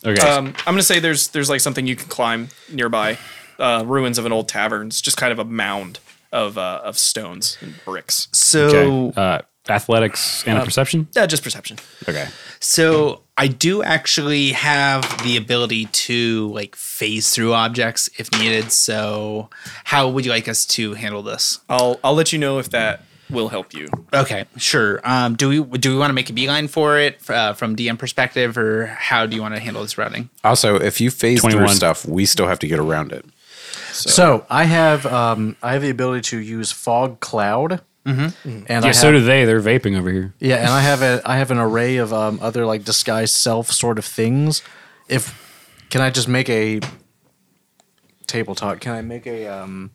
E: Okay.
F: Um, I'm gonna say there's there's like something you can climb nearby, uh, ruins of an old tavern. It's just kind of a mound of uh, of stones and bricks.
D: so
E: okay. Uh, athletics
F: uh,
E: and a perception.
F: Yeah, just perception.
E: Okay.
D: so I do actually have the ability to like phase through objects if needed. So how would you like us to handle this?
F: I'll I'll let you know if that will help you.
D: Okay, sure. Um, do we do we want to make a beeline for it uh, from DM perspective, or how do you want to handle this routing?
C: also, if you phase
E: 21.
C: through stuff, we still have to get around it.
M: so I have um, I have the ability to use fog cloud, and
D: Mm-hmm.
M: I
E: yeah.
M: have,
E: So do they? They're vaping over here.
M: yeah, and I have a I have an array of um, other like disguised self sort of things. If can I just make a table talk? Can I make a um,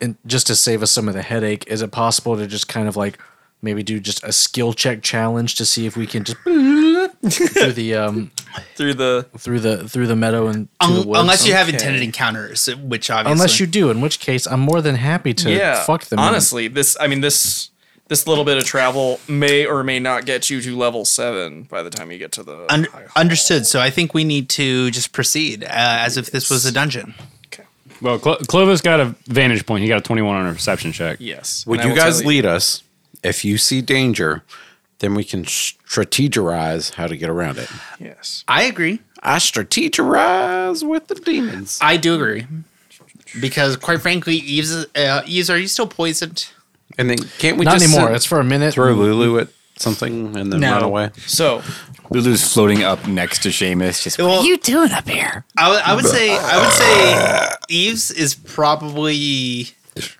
M: and just to save us some of the headache? Is it possible to just kind of like maybe do just a skill check challenge to see if we can just through the um
F: Through the
M: through the through the meadow and to the
D: Un-
M: woods?
D: unless you have
F: Okay.
D: intended encounters, which obviously
M: Unless you do, in which case I'm more than happy to
F: yeah,
M: fuck them.
F: honestly, this I mean this this little bit of travel may or may not get you to level seven by the time you get to the
D: Un- understood. So I think we need to just proceed uh, as if this was a dungeon.
F: Okay.
E: Well, Clo- Clovis got a vantage point. He got a 21 on a perception check.
F: Yes.
C: Would you guys lead us? If you see danger, then we can strategize how to get around it.
F: Yes.
D: I agree.
C: I strategize with the demons.
D: I do agree. Because quite frankly, Eve's uh, Eves, are you still poisoned?
C: And then can't we
D: Not
F: uh,
C: just
D: anymore.
C: sit-
D: It's for a minute.
C: Throw Lulu at something and then
D: No.
C: run away.
F: So
G: Lulu's floating up next to Seamus. Just
D: Well,
J: you doing up here?
D: I would- I would say I would say Eves is probably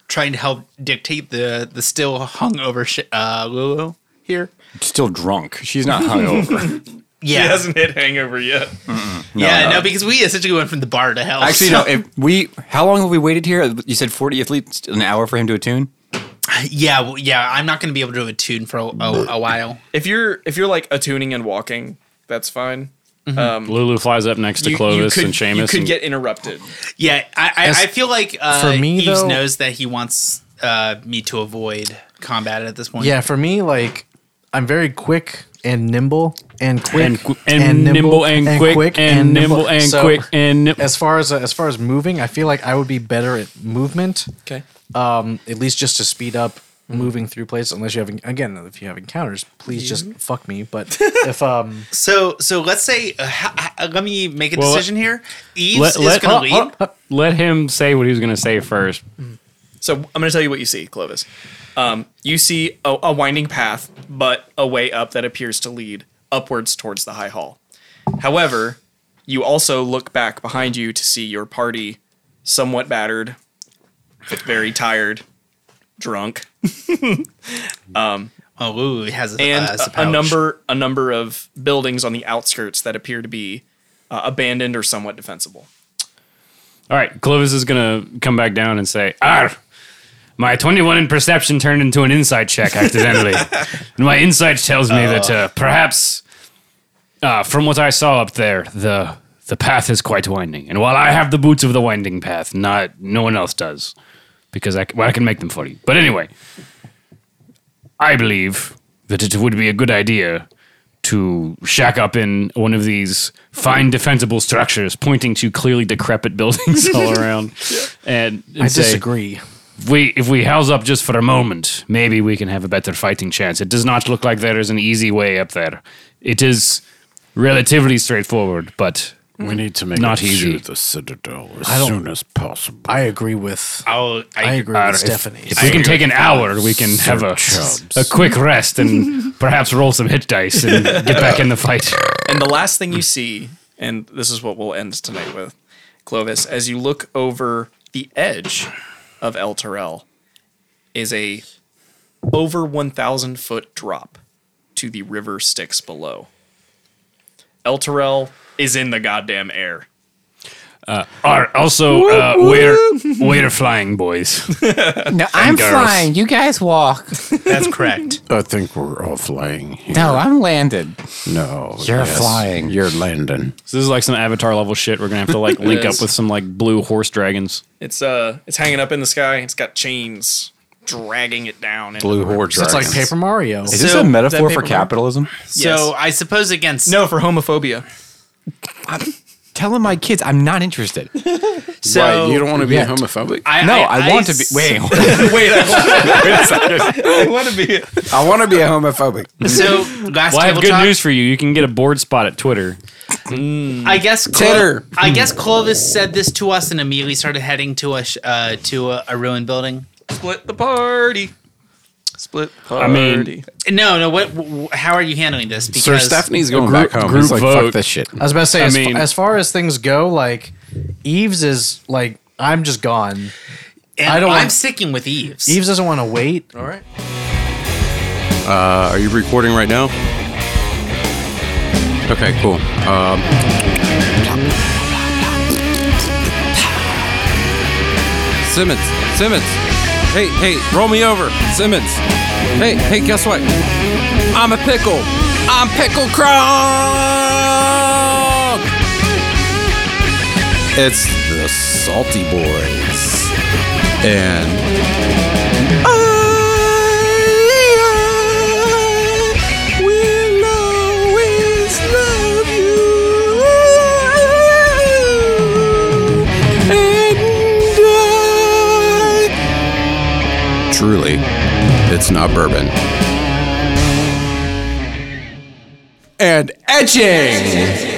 D: trying to help dictate the the still hungover sh- uh, Lulu here.
G: still drunk. She's not hungover.
D: Yeah.
F: He hasn't hit hangover yet.
G: No,
D: yeah,
G: no.
D: no. because we essentially went from the bar to hell.
G: Actually,
D: so-
G: no. If we, how long have we waited here? You said forty at least an hour for him to attune.
D: yeah, well, yeah. I'm not going to be able to attune for a, a, a while.
F: If you're if you're like attuning and walking, that's fine. Um,
E: Lulu flies up next to
F: you- you
E: Clovis
F: could-
E: and Seamus.
F: You could
E: and-
F: get interrupted.
D: Yeah, I I,
E: As-
D: I feel like uh,
B: For me,
D: Eves
B: though-
D: knows that he wants uh, me to avoid combat at this point.
B: Yeah, for me, like I'm very quick and nimble and quick
E: And qu- and nimble and quick and nimble and quick and
B: as far as as far as moving, I feel like I would be better at movement.
F: Okay.
B: Um, at least just to speed up
E: Mm-hmm.
B: moving through places. Unless you have en- again, if you have encounters, please just fuck me. But if um,
D: So so let's say uh, ha- ha- let me make a
E: Well,
D: decision here. Eves
E: let,
D: is
E: let-
D: going to
E: hold-
D: lead.
E: hold- hold. Let him say what he was going to say first.
F: So I'm going to tell you what you see, Clovis. Um, you see a, a winding path, but a way up that appears to lead upwards towards the high hall. However, you also look back behind you to see your party somewhat battered, very tired, drunk. um,
D: oh, Lulu has a,
F: and
D: uh, has a
F: a, a
D: pouch.
F: number a number of buildings on the outskirts that appear to be uh, abandoned or somewhat defensible.
E: All right, Clovis is going to come back down and say, "Arr, my 21 in perception turned into an insight check accidentally. and my insight tells me that uh, perhaps, uh, from what I saw up there, the the path is quite winding. And while I have the boots of the winding path, not no one else does, because I, c- well, I can make them for you. But anyway, I believe that it would be a good idea to shack up in one of these fine defensible structures pointing to clearly decrepit buildings all around. And, and
B: I
E: say,
B: disagree.
E: if we if we house up just for a moment, maybe we can have a better fighting chance. It does not look like there is an easy way up there. It is relatively straightforward, but
B: We need to make
E: not
B: it
E: easy.
B: through
A: the citadel
B: I don't- soon
A: as possible.
B: I agree with
D: I'll,
B: I agree
E: Uh,
B: with
E: if-
B: Stephanie.
E: If, we can take an hour, we can have a a quick rest and perhaps roll some hit dice and get back in the fight.
F: And the last thing
E: Mm.
F: you see, and this is what we'll end tonight with, Clovis, as you look over the edge of El Terrell, is a over 1,000 foot drop to the river Styx below. El Terrell is in the goddamn air.
E: Uh, are also uh, we're we're flying boys.
J: No, I'm
E: girls.
J: flying. You guys walk.
D: That's correct.
A: I think we're all flying. Here.
J: No, I'm landed.
A: No,
J: You're flying.
A: You're landing.
E: So this is like some Avatar level shit. We're gonna have to like link
F: Yes.
E: up with some like blue horse dragons.
F: It's uh, it's hanging up in the sky. It's got chains dragging it down. into
G: Blue
F: the river.
G: horde.
B: So it's like
G: dragons.
B: Paper Mario.
G: Is this
D: So-
G: a metaphor
F: that
G: for
F: Paper Mario?
G: capitalism?
D: So I suppose against
F: No, for homophobia.
G: Telling my kids I'm not interested.
D: so
A: Why, you don't want to be homophobic?
D: I,
G: no, I, want to be.
D: s-
G: Wait,
F: Wait, I, I want to be.
C: I want to be a homophobic.
D: So last
E: Well, I have
D: table
E: good
D: talk.
E: news for you. You can get a board spot at Twitter.
D: I guess Clo-
C: Titter.
D: I guess Clovis said this to us and immediately started heading to a sh- uh, to a, a ruined building.
F: Split the party. Split party.
E: I mean,
D: No, no. What? W- how are you handling this? Because
C: Sir Stephanie's going
E: group-
C: back home.
E: group
C: He's like,
E: vote.
C: fuck this shit.
B: I was about to say,
E: I
B: as,
E: mean-
B: as far as things go, like Eves is like I'm just gone.
D: and
B: I don't
D: I'm
B: want-
D: sticking with Eves.
B: Eves doesn't want to wait.
F: All right.
C: Uh, are you recording right now? Okay, cool. Um, Simmons, Simmons. Hey, hey, roll me over, Simmons. Hey, hey, guess what? I'm a pickle. I'm pickle Krog. It's the Salty Boys, and
A: And It's not bourbon.
C: And etching.